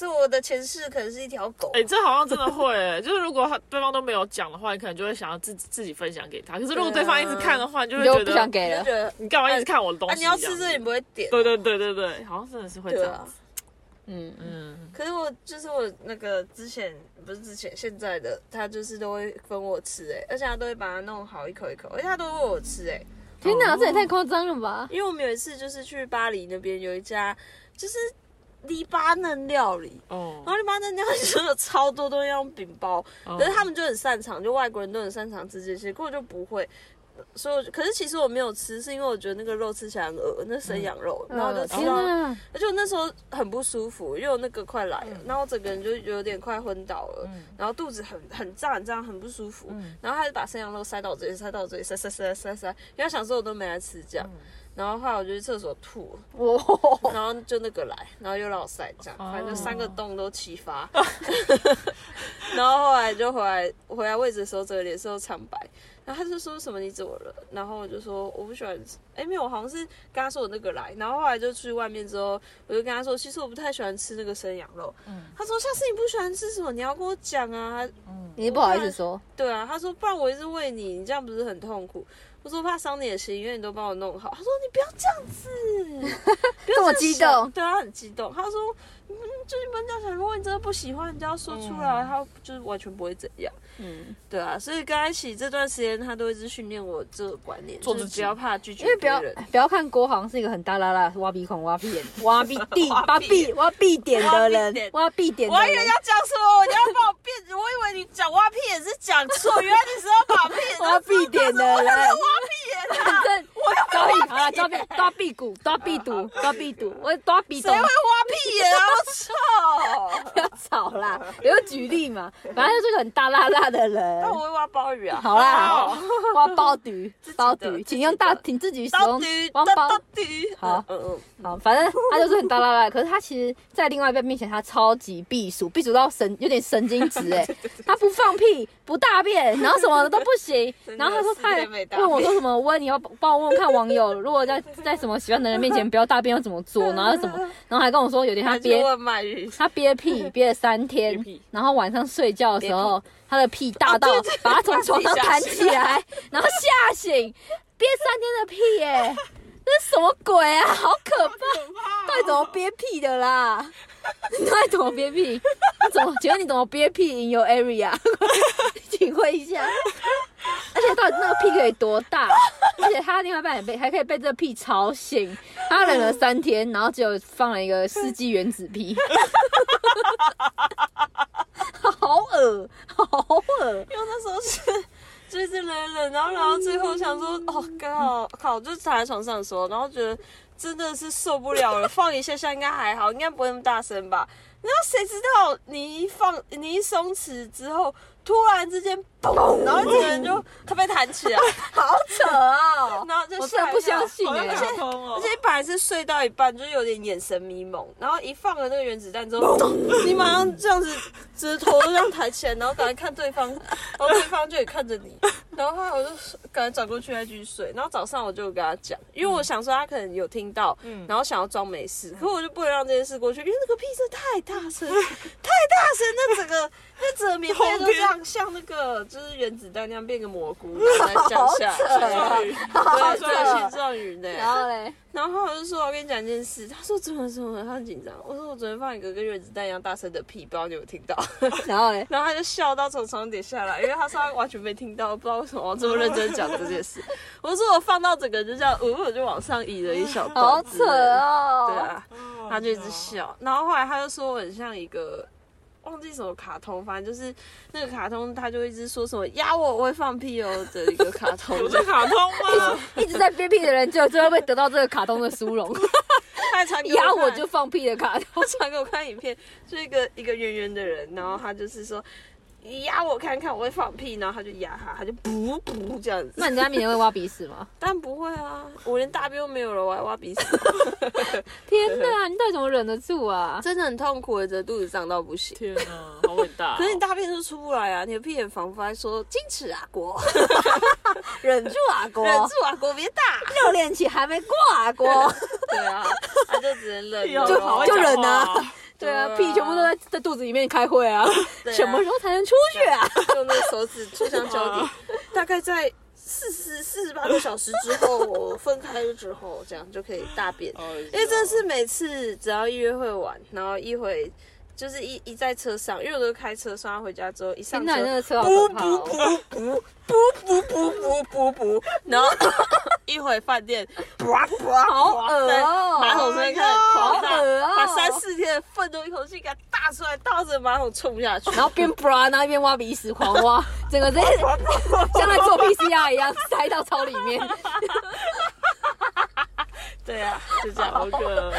S2: 这我的前世可能是一条狗，
S3: 哎、这好像真的会、欸，就是如果他对方都没有讲的话，你可能就会想要自己自己分享给他。可是如果对方一直看的话，你就
S1: 你
S3: 会
S1: 就
S3: 觉
S1: 不
S3: 得
S1: 想给
S2: 就
S1: 了
S2: 觉。得
S3: 你干嘛一直看我的东
S2: 啊，
S3: 西？
S2: 你要吃这个你
S3: 样
S2: 不会点，哦
S3: 对对对对对，好像真的是会这
S2: 对
S3: 样
S2: 啊
S3: 子。。
S1: 嗯，
S3: 嗯，
S2: 可是我就是我那个之前不是之前现在的他就是都会分我吃哎、而且他都会把它弄好一口一口，而且他都会喂我吃哎、
S1: 天哪，
S3: 哦
S1: 这也太夸张了吧！
S2: 因为我们有一次就是去巴黎那边有一家就是黎巴嫩料理，
S3: 哦
S2: 然，后黎巴嫩料理真的超多东西要用饼包，
S3: 可
S2: 可是他们就很擅长，就外国人都很擅长吃这些，可我就不会。所以我就可是其实我没有吃，是因为我觉得那个肉吃起来很恶，那
S3: 嗯
S2: 生羊肉，然后我就吃
S1: 天
S2: 到，
S1: 哪，
S2: 而且我那时候很不舒服，因为我那个快来了，然后我整个人就有点快昏倒了，
S3: 嗯
S2: 然后肚子很很胀很胀，很不舒服，然后他就把生羊肉塞到我嘴里，塞到我嘴里，塞塞塞塞塞，因为他想说我都没来吃这样，
S3: 嗯
S2: 然后后来我就去厕所吐，
S1: 哇，
S2: 然后就那个来，然后又让我晒这样，
S3: 哦
S2: 反正三个洞都齐发。 <laughs> 然后后来就回来，回来位置的时候，整个脸色都苍白。然后他就说什么你怎么了？然后我就说我不喜欢吃，哎没有，我好像是跟他说我那个来。然后后来就去外面之后，我就跟他说，其实我不太喜欢吃那个生羊肉。他说下次你不喜欢吃什么，你要跟我讲啊。
S1: 你不好意思说，
S2: 对啊，他说不然我一直喂你，你这样不是很痛苦？我说怕伤你的心，因为你都帮我弄好。他说你不要这样子。
S1: 这么激动，
S2: 对他啊很激动。他说：“嗯，就是不能这样想，如果你真的不喜欢，你就要说出来，他就是完全不会怎样。”
S1: 嗯，
S2: 对啊，所以跟他一起这段时间，他都一直训练我这个观念，
S3: 做
S2: 就是
S3: 自己
S2: 不要怕拒绝
S1: 因为不
S2: 别
S1: 要哎
S2: 人。
S1: 不要看郭航是一个很大拉拉、挖鼻孔、挖 <laughs> 屁眼、挖鼻地、挖
S2: 屁
S1: 屁、挖必点的
S2: 挖屁
S1: 人
S2: 点，
S1: 挖必点
S2: 我还
S1: 的
S2: 以为
S1: 人
S2: 你要，讲什么，你要把我变， <laughs> 我以为你讲挖屁眼是讲错，原来你是要把屁眼
S1: <laughs> 挖必点的人，
S2: 挖屁眼啊！
S1: 真 <laughs> 抓屁好了，抓屁抓屁股，抓屁 <laughs> 股，抓屁股，我抓鼻
S2: 谁
S1: 孔
S2: 会。挖屁眼啊？
S1: <laughs>
S2: 我操！
S1: 不要吵啦，有举例嘛，反正就是个很大辣辣的人
S2: 那。我会挖鲍鱼啊！
S1: 好啦，挖包 <laughs> 鱼，包
S2: 自己
S1: 鱼，
S2: 的
S1: 请用大，
S2: 自己
S1: 请
S2: 的
S1: 自己使
S2: 到
S1: 用
S2: 底
S1: 挖
S2: 到
S1: 包
S2: 到。底
S1: 好
S2: 嗯嗯，
S1: 好，反正他就是很大辣辣，可是他其实，在另外一半面前，他超级避暑，避暑到神有点神经质哎、他不放屁，不大便，然后什么的都不行。
S2: 真的
S1: 然后他说
S2: 是
S1: 他还
S2: 天没大
S1: 问我说什么，温你要帮我问问看网友，如果在在什么喜欢的人面前不要大便要怎么做，然后什么，然后还跟我说有点他
S2: 他去
S1: 憋
S2: 问鳗鱼。
S1: 他憋屁憋了三天
S3: 憋屁，
S1: 然后晚上睡觉的时候，他的屁大到
S2: 哦对对
S1: 把他从床上弹
S2: 弹
S1: 起来，然后吓醒，憋三天的屁耶、
S2: <laughs>
S1: 这是什么鬼啊？好可怕！到底怎么憋屁的
S2: <laughs>
S1: 啦？你到底怎么憋屁？你怎么？请问你怎么憋屁？In your
S2: <laughs>
S1: area？请问一下。而且到底那个屁可以多大？而且他另外一半也被还可以被这屁吵醒，他忍了三天，然后只有放了一个世纪原子
S2: <laughs>
S1: 屁，好恶，好恶，
S2: 因为那时候是就是冷冷，然后然后最后想说，哦，刚好靠，就是躺在床上的时候，然后觉得真的是受不了了，放一下下应该还好，应该不会那么大声吧。然后谁知道你一放你一松弛之后，突然之间嘣，然后整个人就他被弹起来，
S1: <laughs> 好扯哦！
S2: 然后就
S1: 我真
S2: 吓
S1: 的
S2: 一
S1: 不
S2: 跳
S1: 相信
S3: 好
S1: 哎、
S3: 像
S2: 而且
S3: 卡通哦
S2: 而且本来是睡到一半，就是有点眼神迷蒙，然后一放了那个原子弹之后，你马上这样子，直头这样抬起来，然后赶快看对方，然后对方就也看着你，然后后来我就赶快转过去再继续睡，然后早上我就跟他讲，因为我想说他可能有听到，然后想要装没事，可我就不能让这件事过去，因为那个屁声太大声，太大声，那整个那整个棉被都这样，像那个就是原子弹那样变个蘑菇，然后再降下来，
S3: 终于
S2: 对，
S3: 扯
S2: 对，心状语呢。
S1: 然后嘞，
S2: 然后我就说，我跟你讲一件事。他说怎么怎么，他很紧张。我说我昨天放一个跟原子弹一样大声的屁，不知道你有没有听到。 <laughs>
S1: 然后嘞，
S2: <laughs> 然后他就笑到从床上跌下来，因为他说他完全没听到，不知道为什么我这么认真讲这件事。我说我放到整个就这样，呜、我就往上移了一小段。
S1: 好扯！
S2: 对
S1: 哦！
S2: 啊，他就一直笑。然后后来他就说我很像一个。忘记什么卡通，反正就是那个卡通，他就一直说什么压我，我会放屁哦的一个卡通。
S3: 有这卡通吗？
S1: 一直在憋屁的人，就最后会得到这个卡通的殊
S2: <laughs>
S1: 荣，
S2: 他还传给
S1: 压我
S2: 看
S1: 就放屁的卡通
S2: <laughs> 他。传给我看影片，是一个一个圆圆的人，然后他就是说，你压我看看，我会放屁，然后他就压他，他就噗噗这样子。
S1: 那你在他面前会挖鼻屎吗？
S2: <laughs> 但不会啊，我连大便都没有了，我还挖鼻屎，
S1: 天哪，你到底怎么忍得住啊？
S2: 真的很痛苦，这肚子胀到不行。
S3: 天哪，好伟大哦！
S2: 可是你大便就是出不来啊，你的屁眼仿佛还说矜持啊，国
S1: 忍住啊，哥
S2: <laughs> 忍住啊，国别大。
S1: <laughs> 热恋期还没过啊，哥。
S2: <laughs> 对啊，他就只能忍
S3: 哟
S2: <laughs> 了，
S1: 就
S3: 好会
S1: 就
S3: 讲
S1: 忍啊
S3: 话哦
S1: <laughs> 对啊
S2: 对，啊
S1: 屁全部都在在肚子里面开会啊，
S2: 对啊
S1: 什么时候才能出去
S2: <laughs>
S1: 啊？
S2: 用那个手指互相交叠， <laughs> 大概在四十四十八个小时之后，我分开了之后，这样就可以大便。哦
S3: 哦啊
S2: 因为真的是每次只要一约会完，然后一回就是一一在车上，因为我都是开车上回家之后，一上
S1: 天
S2: 车
S1: 哪，你那个车好
S2: 不
S1: 可
S2: 不
S1: 怕哦！
S2: 不不不不不不不不， <laughs> 然后一回饭店， <laughs> 啪啪，
S1: 好恶
S2: 对
S1: 哦
S2: 马桶那边开始狂大
S1: 好恶哦，
S2: 把三四天的粪都一口气给它大出来，倒着马桶冲下去。
S1: 然后边 bra，然后一边挖鼻屎狂挖，整个直接像在做 PCR 一样塞到超里面。
S2: 对啊，就这
S3: 好
S2: 样。
S3: 可能，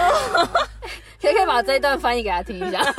S1: 可以可以把这一段翻译给他听一下。
S2: <laughs>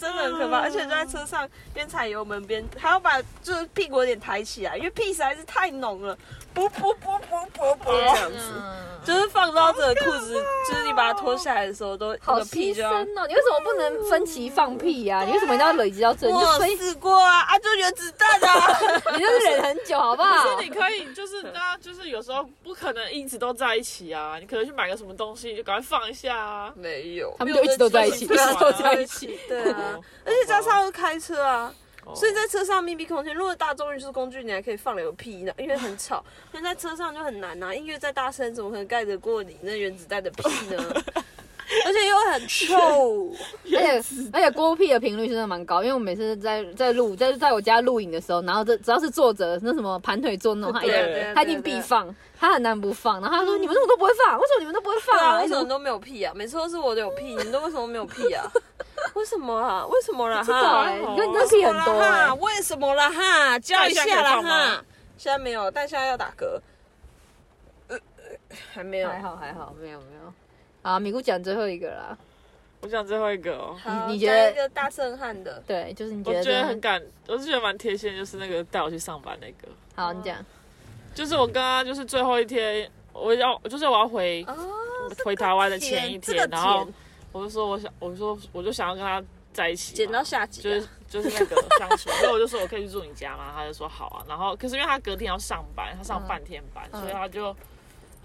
S2: 真的很可
S1: 嗯
S2: 怕，而且就在车上边踩油门边还要把就是屁股有点抬起来，因为屁实在是太浓了，噗噗噗噗噗噗这样子，
S1: 哦
S2: 就是放到这个裤子，就是你把它脱下来的时候都那
S1: <laughs> 好
S2: 个屁
S1: 牺
S2: 就
S1: 牲
S2: 要。
S1: 哦！你为什么不能分期放屁呀、你为什么一定要累积到这？你就
S2: 我
S1: 分，
S2: 试过啊，啊就原子弹
S1: <laughs>
S2: 啊，
S1: 你就是忍很久，好不
S3: <laughs>
S1: 好？ <laughs>
S3: 可是你可以，就是大家就是有时候不可能一直都在一起啊，你可能去买个什么东西，你就赶快放一下啊。
S2: 没有，
S1: 他们就一直都在一起，一
S3: 没有
S1: 直都在一
S2: 一
S1: 起。
S2: 起，对啊，而
S1: 嗯
S2: 且加上要开车啊，
S1: 哦
S2: 所以在车上密闭空间，如果大众运输工具，你还可以放流屁呢，因为很吵。但在车上就很难啊，音乐再大声，怎么可能盖得过你那原子弹的屁
S1: <laughs>
S2: 呢？而且又很臭，
S1: 而且而且锅屁的频率真的蛮高，因为我每次在在录在在我家录影的时候，然后这只要是坐着那什么盘腿坐那种，他一
S3: 对
S1: 定
S3: 对
S1: 他一定必放，他很难不放。然后他说：“你们怎么都不会放？为什么你们都不会放
S2: 对啊，
S1: <laughs> 啊？
S2: 为
S1: 为
S2: 什
S1: 什
S2: 么
S1: 么
S2: 都没有屁啊？每次都是我的有屁，你们都为什么没有屁
S1: <laughs>
S2: 啊？为什么啊？为什么啦？
S1: 不知道
S2: 哈，
S1: 哎、
S3: 啊
S1: 你跟跟屁很多
S2: 为什么啦
S1: 哎、
S2: 哈，为什么啦哈？叫一下啦哈。现在没有，但现在要打嗝。呃呃还没有，
S1: 还好还好，没有没有。好，米姑讲最后一个啦。
S3: 我想最后一个哦，
S2: 好
S1: 你觉得
S2: 再一个大震撼的？
S1: 对，就是你觉
S3: 我
S1: 得
S3: 觉得
S1: 真
S3: 很
S1: 的
S3: 感，我是觉得蛮贴心的，就是那个带我去上班那个，
S1: 好，你讲。
S3: 就是我刚刚就是最后一天，我要就是我要回
S2: 哦，
S3: 回台湾的前一
S2: 这
S3: 天
S2: 个，
S3: 然后
S2: 剪
S3: 我就说我想，我说我就想要跟他在一起嘛，
S2: 剪到下集
S3: 就
S2: 啊、
S3: 是就是那个相处，所以我就说我可以去住你家嘛，他就说好啊。然后可是因为他隔天要上班，他上半天班，
S1: 嗯
S3: 所以他就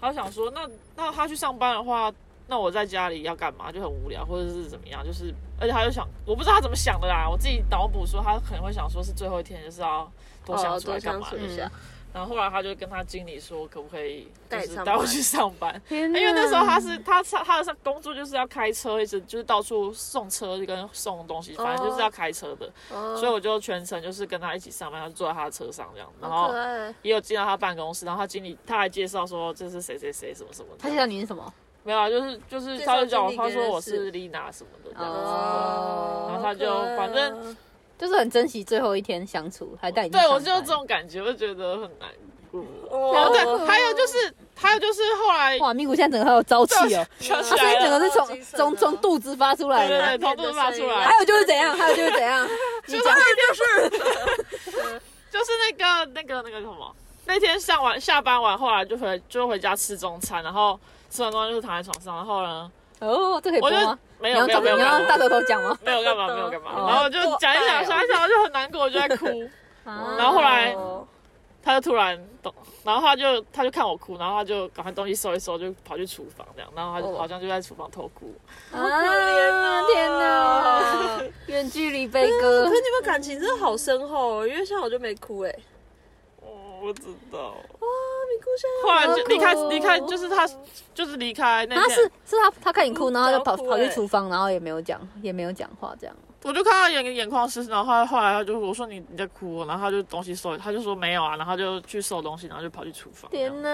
S3: 他就想说，那那他去上班的话，那我在家里要干嘛？就很无聊，或者是怎么样？就是而且他就想，我不知道他怎么想的啦，我自己脑补说他可能会想说是最后一天，就是要多相
S2: 哦，
S3: 处来
S2: 多
S3: 干
S2: 相
S3: 嘛
S2: 处
S3: 的。
S2: 一
S1: 啊
S2: 下。
S3: 然后后来他就跟他经理说，可不可以就
S2: 带
S3: 是
S2: 上
S3: 带我
S2: 班
S3: 去上班？
S1: 因
S3: 因为那时候他是
S2: 嗯
S3: 他上他的上工作就是要开车，一直就是到处送车跟送东西，反正就是要开车的。
S2: 哦
S3: 所以我就全程就是跟他一起上班，他就坐在他的车上这样，然
S2: 好
S3: 后
S2: 可爱，
S3: 也有进到他办公室，然后他经理他还介绍说这是谁谁谁什么什么的，
S1: 他介绍你是什么？
S3: 没有啊，就是就是
S2: 介
S3: 他
S2: 绍
S3: 就叫我，
S2: 经理
S3: 他
S2: 给
S3: 说
S2: 认
S3: 我
S2: 识
S3: 是丽娜什么的这样子，
S1: 哦
S3: 然后他就
S2: 好可爱啊
S3: 反正
S1: 就是很珍惜最后一天相处，还带你去
S3: 对我
S1: 上
S3: 就有
S1: 班
S3: 这种感觉，我就觉得很难过。然后
S2: 哦
S3: 对，还有就是还有就是后来 <laughs>
S1: 哇，咪咕现在整个好有朝气哦，
S3: 想起
S1: 他声音
S3: 来
S1: 整
S3: 了，
S1: 个是
S2: 好
S1: 从
S2: 精神
S1: 从
S2: 哦
S1: 从肚子发出来
S3: 对
S1: 的。
S3: 对对，头都发出来
S2: 啊
S1: 还。有就是怎样，还有就是怎
S3: <laughs>
S1: 样，你讲
S3: 就是那个那个那个什么，那天上完下班完，后来就回就回家吃中餐，然后吃完中餐就躺在床上，然后呢，
S1: 哦，这可以播
S3: 我就
S1: 吗？
S3: 没
S1: 你
S3: 有
S1: 要
S3: 没
S1: 找
S3: 有没
S1: 你
S3: 有没
S1: 要
S3: 有
S1: 让大头头讲吗？
S3: 没有干嘛没有干嘛，
S1: 哦
S3: 然后我就讲一讲想一想就很难过，我就在哭， <laughs> 然后后来
S2: 哦
S3: 他就突然懂，然后他就他就看我哭，然后他就赶快东西收一收，就跑去厨房这样，然后他就
S2: 哦
S3: 好像就在厨房偷哭，
S1: 啊，天
S3: 哦
S2: <laughs>
S1: 哪！远距离悲歌
S3: <laughs>
S2: 可，是你们感情真的好深厚哦，因为像我就没哭哎、欸，
S3: 哦，我知道，
S2: 啊，没哭现
S3: 后来就
S1: 好哭
S3: 离开
S1: 哦
S3: 离开，就是他就是离开那
S1: 他
S3: 天，
S1: 啊是是他他看你哭，然后就跑
S2: 嗯
S1: 跑去
S2: 欸
S1: 厨房，然后也没有讲也没有讲话这样。
S3: 我就看他眼眼眶湿湿，然后他后来他就我说你你在哭哦，然后他就东西收，他就说没有啊，然后他就去收东西，然后就跑去厨房。
S1: 天哪！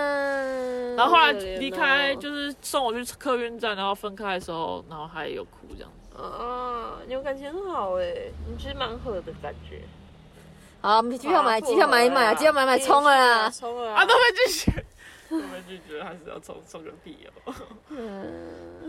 S3: 然后后来
S2: 好可怜哦
S3: 离开，就是送我去客运站，然后分开的时候，然后他也有哭这样。
S2: 在啊，你们感情很好哎、你其实蛮合的感觉。
S1: 好，机票买机票买一买啊，机票买一买冲了啦！
S2: 冲了
S3: 啊，
S2: 啊
S3: 都！会拒绝，都会拒绝，还是要送送个屁哦。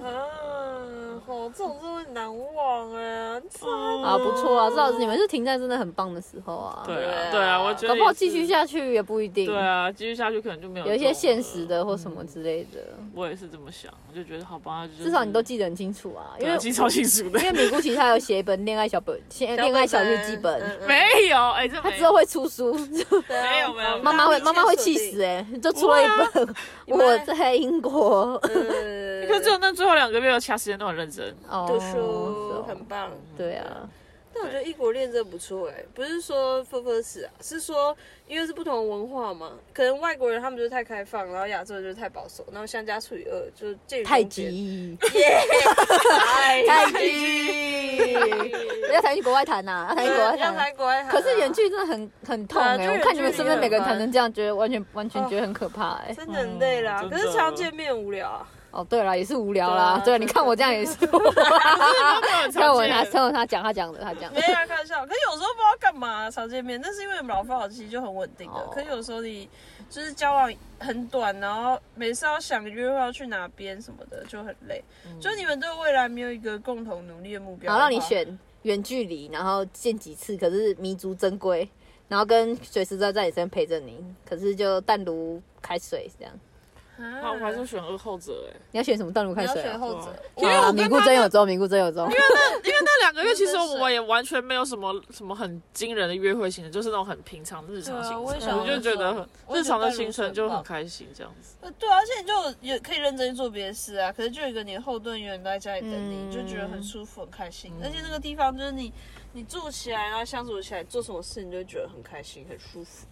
S2: 啊，好，这种真的会难忘哎、
S3: 哦
S1: 啊，不错啊，至少是你们是停在真的很棒的时候啊。
S3: 对
S2: 对
S3: 啊，
S2: 啊
S3: 对啊，我觉得
S1: 搞不好
S3: 也是
S1: 继续。下去也不一定。
S3: 对啊，继续下去可能就没有
S1: 有一些
S3: 这种
S1: 现
S3: 了
S1: 实，的或什么之类的，
S3: 我也是这么想，我就觉得好吧，就是
S1: 至少你都记得很清楚啊。因
S3: 对啊
S1: 为
S3: 记超清楚的
S1: 因为，米姑其实她有写一本恋爱小本，恋恋爱小日记本，
S3: <laughs> 没有，哎，这
S1: 她
S3: 没
S1: 之后会出书，
S2: 没
S3: 有没有
S1: 啊妈妈会妈妈会气死
S2: 死。
S1: 哎、就出了一本《
S2: 不会
S1: 我
S2: 啊
S1: 在英国》
S3: 嗯
S2: 呃，
S3: 可是只有那最后两个月，有其他时间都很认真。
S1: 哦，
S2: 读
S1: 是
S2: 书
S1: 哦
S2: 很嗯棒。
S3: 嗯
S1: 对啊，
S2: 但我觉得异国恋真的不错哎、不是说分分死啊，是说因为是不同的文化嘛，可能外国人他们就是太开放，然后亚洲人就是太保守，然后相加除以二就是介于
S1: 太
S2: 中 <laughs> 间，
S1: 极，
S2: 太
S1: 太极，不要谈去国外谈
S2: <laughs>
S1: 呐、要谈去国外
S2: 对，要
S1: 谈啊。
S2: 来国外喊啊，
S1: 可是远距真的很很痛哎、
S2: 对啊就
S1: 我
S2: 远
S1: 看你们身边每个人谈
S2: 距离很
S1: 成这样，觉得完全完全觉得很可怕哎、
S2: 真的很累啦
S3: 嗯。真
S2: 可
S3: 的
S2: 是常见面很无聊啊，
S1: 哦，对了，也是无聊啦。
S3: 对
S1: 对，
S3: 啊
S1: 你看我这样也是无聊。 <laughs> 看
S2: <laughs>
S1: 我他，看我他讲，他讲的，他讲的
S2: 没。啊，开玩笑。可是有时候不知道干嘛常见面，但是因为我们老夫老妻就很稳定的。
S1: 哦
S2: 可是有时候你就是交往很短，然后每次要想约会要去哪边什么的就很累。就你们对未来没有一个共同努力的目标，
S1: 然嗯后让你。选远距离，然后见几次，可是弥足珍贵，然后跟随时在在你身边陪着你，可是就淡如开水这样。
S2: 啊
S3: 那我还是选二后者
S2: 欸
S3: 哎、
S1: 你要选什么淡如开
S2: 你要
S1: 水、
S2: 选
S1: 啊？
S2: 后者因
S3: 对啊，
S2: 为
S1: 好
S2: 我
S1: 啦
S2: 跟
S1: 米
S2: 他
S1: 固真有中，米固真有
S2: <laughs>
S1: 中。
S3: 因为那两个月其实
S2: 真是
S3: 我们也完全没有什么什么很惊人的约会行程，就是那种很平常的日常
S2: 对啊
S3: 行程，
S2: 我也想
S3: 我就觉得很
S2: 我也觉得
S3: 日常的
S2: 淡如
S3: 行程
S2: 水
S3: 就很
S2: 吧
S3: 开心这样子。
S2: 呃对啊，而且你就也可以认真做别的事啊。可是就有一个你的后盾永远都在家里等你，
S1: 嗯
S2: 就觉得很舒服、很开心。而且那个地方就是你，你住起来，然后相处起来，做什么事你就会觉得很开心、很舒服。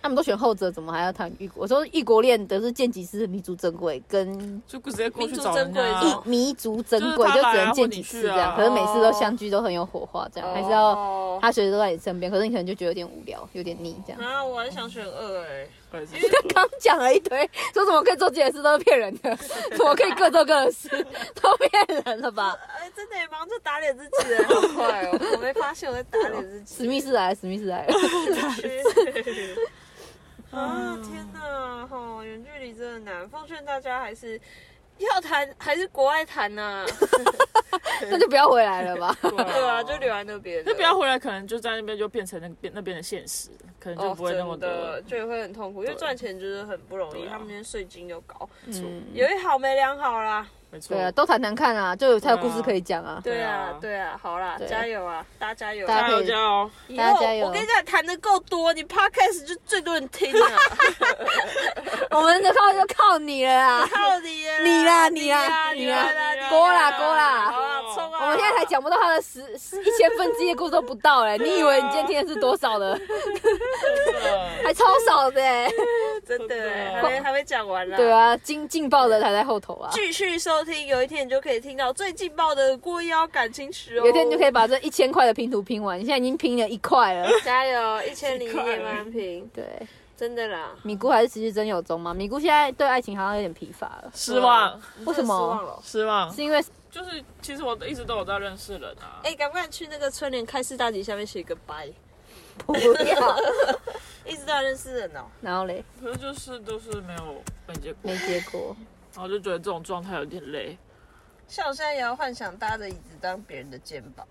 S1: 他们都选后者，怎么还要谈异国？我说异国恋得是见几次弥足珍贵，跟
S3: 就直接过去
S2: 民族
S3: 找人
S2: 珍贵
S3: 家
S2: 哦
S3: 啊，
S1: 弥足珍
S3: 就是
S1: 贵
S3: 他
S1: 就
S3: 来啊
S1: 只能
S3: 或
S1: 见
S3: 你
S1: 几
S3: 去
S1: 次这样，
S3: 啊
S1: 可是每次都相聚都很有火花，这样、还是要
S2: 哦
S1: 他随时都在你身边，可是你可能就觉得有点无聊，有点腻这
S3: <laughs> 嗯
S1: 样。
S2: 啊，我很想选二哎、<laughs>
S3: 对是
S1: 刚讲了一堆，说怎么可以做这些事都是骗人
S3: <laughs>
S1: 的，怎么可以各做各的事，都骗人了
S3: <laughs>
S1: 吧？
S2: 哎，真的耶忙着打脸自己的，好快哦！我没发现我在打脸自
S1: <laughs>
S2: 己。
S1: 史密斯来了，史密斯来
S3: <laughs>
S1: 了，
S2: <laughs> 啊，天哪！哈、远距离真的难，奉劝大家还是要谈，还是国外谈
S3: <laughs>
S2: 呐、
S1: 那就不要回来了吧。
S2: 对啊，就留在那边，
S3: <laughs> 就不要回来，可能就在那边就变成那边那边的现实，可能就
S2: 哦，
S3: 不会那么
S2: 真的
S3: 的。
S2: 就也会很痛苦，因为
S3: 对
S2: 赚钱就是很不容易，
S3: 对啊
S2: 他们连税金又高，
S1: 嗯，
S2: 有一好没两好啦。
S3: 没错，
S1: 对啊，都谈谈看啊，就有才有故事可以讲啊。
S2: 对
S3: 对
S2: 啊
S3: 啊，
S2: 对啊，好啦，
S1: 对啊
S2: 加油啊，大家加油啊！
S1: 大家
S3: 加
S1: 可
S3: 油
S1: 以
S3: 加
S2: <laughs>
S3: 油！
S2: 以
S1: 大家
S2: 后
S1: 加油
S2: 我跟你讲，谈的够多，你 podcast 就最多人听啊
S1: <laughs>
S2: 了。
S3: 啊
S1: 我们的靠就靠你了啊！
S2: 靠你啦，
S1: 你啦你啦
S2: 啦，
S1: 你
S2: 你啊
S1: 啦
S2: 你
S1: 郭啦郭啦
S2: 好啊，冲啊！
S1: 我们现在才讲不到他的十十一千分之一的故事都不到哎、你以为你今天听的是多少的？
S2: 啊
S1: 还超少的哎、
S2: 真的
S3: 真的
S2: 还没还没讲完啦。
S1: 对，啊，劲劲爆的还在后头啊。
S2: 继续收听，有一天你就可以听到最劲爆的郭腰感情史哦。
S1: 有一天你就可以把这一千块的拼图拼完，你现在已经拼了一块了。
S2: 加油，一千零一夜满平，
S1: 对，
S2: 真的啦。
S1: 米姑还是持续真有踪吗？米姑现在对爱情好像有点疲乏了，
S3: 失
S2: 啊
S3: 望
S1: 为什么
S2: 真的失望了？
S3: 失望
S1: 是，因为 <laughs>
S3: 就是其实我一直都有在认识人啊。
S2: 哎，敢不敢去那个春联开市大吉下面写一个拜？
S1: 不要，
S2: 一直都要认识人哦。
S1: 然后嘞
S3: 可是就是都是没有没结果，
S1: 没结果，
S3: 然后就觉得这种状态有点累。
S2: 像我现在也要幻想搭着椅子当别人的肩膀。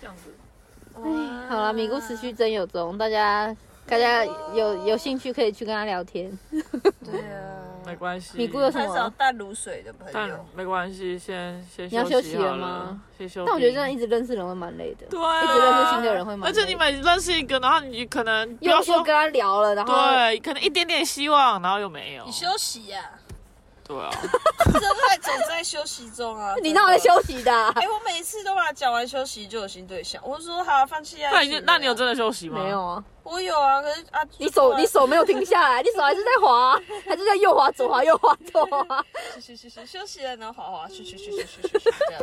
S3: 这样子，
S1: 好啦，米姑持续真有踪，大家大家有有兴趣可以去跟他聊天。
S2: 对啊，
S3: 没关系。
S1: 你姑有什么啊
S2: 很少淡如水的朋
S3: 但
S2: 友。
S3: 没关系，先先
S1: 你要
S3: 休
S1: 休息
S3: 好
S1: 了
S3: 了
S1: 吗？
S3: 先休息。
S1: 但我觉得这样一直认识人会蛮累的，
S3: 对啊，
S1: 一直认识新的人会蛮累
S3: 而且你每认识一个，然后你可能不
S1: 又
S3: 要
S1: 又
S3: 说
S1: 跟他聊了，然后
S3: 对，可能一点点希望，然后又没有。
S2: 你休息 <laughs> 呀、
S3: 对啊，
S2: 这快总在休息中啊！
S1: <laughs> 你
S2: 真
S1: 那
S2: 的
S1: 我在？休息的啊、
S2: 哎、我每一次都把它讲完休息就有新对象，我就说好放弃啊。
S3: 那
S2: 一
S3: 你
S2: 起
S3: 就
S2: 啊
S3: 那你有真的休息吗？
S1: 没有。啊，
S2: 我有啊，可是啊，
S1: 你
S2: 走
S1: 手你手没有停下来，你手还是在滑、啊 <laughs> 还是在右滑左滑右滑左 <laughs> 滑。
S2: 去去去去休息了，然后好好啊去去去去去去去这样，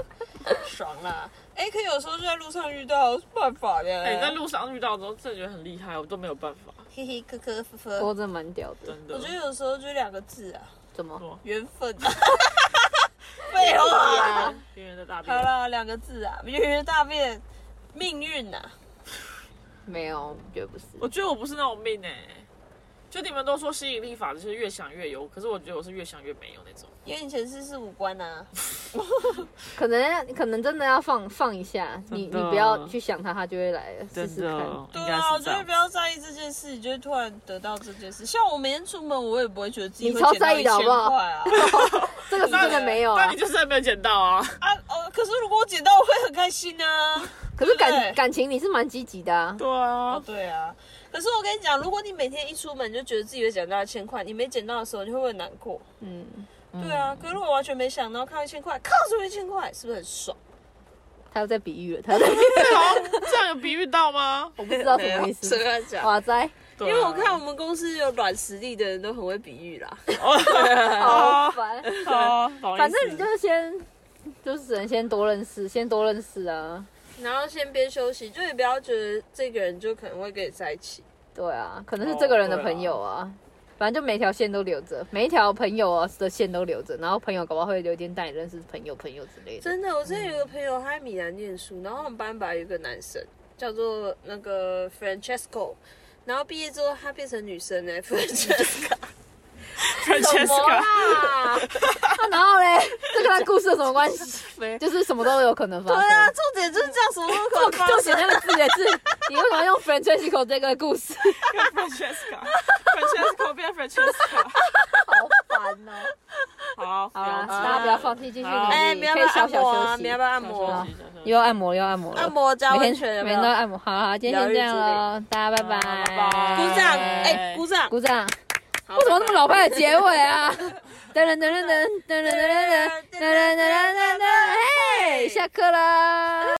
S2: 爽啦！ <laughs> 哎、可有时候就在路上遇到，有什么办法的。
S3: 哎，在路上遇到的时候，真的觉得很厉害，我都没有办
S2: <laughs>
S3: 法，
S2: 嘿嘿磕磕呵
S1: 不过
S2: 呵。
S1: 真的蛮屌的，
S3: 真的。
S2: 我觉得有时候就两个字啊，
S1: 怎么？
S2: 缘分。废话、啊。
S3: 别人的大便
S2: 好，了，两个字啊，圆圆大便，命运呐、啊。
S1: 没有，我觉得不是。
S3: 我觉得我不是那种命哎、就你们都说吸引力法则是越想越有，可是我觉得我是越想越没有那种。
S2: 因为你前世是五官啊，
S1: 可能可能真的要放放一下，你你
S3: 真的
S1: 不要去想它，它就会来了，试试看。
S2: 对啊，我觉得不要在意这件事，你就会突然得到这件事。像我每天出门，我也不会觉得自己
S1: 你
S2: 会
S1: 超
S2: 捡到
S1: 在意
S2: 一
S1: 的好
S2: 千
S1: 不好
S2: 块啊
S1: 这个是真的没有
S3: 但
S1: 啊
S3: 你，就是还没有捡到啊！
S2: 啊哦！可是如果我捡到，我会很开心
S1: <laughs>
S2: 啊。
S1: 可是
S2: 对
S1: 感感情你是蛮积极的啊。
S3: 对啊，
S2: 对啊，可是我跟你讲，如果你每天一出门就觉得自己会捡到一千块，你没捡到的时候，你会不会很难过？
S1: 嗯，
S2: 对啊，可是我完全没想到看到一千块，靠，什么一千块，是不是
S1: <laughs>
S2: 很爽？
S1: 他又在比喻了，他在
S3: 好，这样有比喻到吗？
S1: 我不知道什么意
S2: 没有随
S1: 思。
S2: 便
S1: <laughs>
S2: 讲。
S1: 哇
S3: <laughs>
S1: 塞，
S3: 因
S2: 因为我看我们公司有软实力的人都很会比喻
S1: <laughs>
S2: 啦，
S1: 好烦。
S3: 好，好意思
S1: 反正你就是先，就是只能先多认识，先多认识啊。
S2: 然后先边休息，就也不要觉得这个人就可能会跟你在一起。
S1: 对啊，可能是这个人的朋友啊。反正就每条线都留着，每一条朋友的线都留着，然后朋友搞不好会有一天带你认识朋友朋友之类的。
S2: 真的，我之前有个朋友，他在米兰念书，然后我们班吧有一个男生叫做那个 Francesco，然后毕业之后他变成女生呢、f r a n c e s <laughs> c
S1: 什么
S2: a
S3: Francesca
S2: 啊
S1: 啦？然后嘞，这跟他故事有什么关系？
S3: 没
S1: 就是什么都有可能发
S2: 对
S1: 生。
S2: 啊，重点就是这样，什么都可能发
S1: 就 <laughs> 写
S2: 生。
S1: 那个字也是，你为什么要用 Francesco 这个故事？
S3: Francesca，Francesco 变 Francesca。
S1: 好烦哦！
S3: 好，
S1: 好啦，
S3: 了解
S1: 大家不要放弃，继续努力，
S2: 哎，不要
S1: 可以
S2: 不要
S1: 小
S2: 按摩
S1: 小休
S2: 啊！
S1: 息
S2: 不。要不要按
S3: 小
S2: 摩
S3: 休
S2: 啊
S3: 息，小休息
S1: 又要按摩，又要按摩了，
S2: 按摩加
S1: 每
S2: 温
S1: 天
S2: 泉有
S1: 每
S2: 没
S1: 天都要
S2: 有？
S1: 按摩。好啦，今天先这样喽，大家拜拜，
S3: 好拜
S2: 鼓
S3: 拜
S2: 掌！哎，鼓掌！
S1: 鼓掌。
S2: 好
S1: 哎 <laughs> 为什么那么老
S2: 拜
S1: 派的结尾啊？噔噔噔噔噔噔噔噔噔噔噔噔噔噔，嘿，下课啦！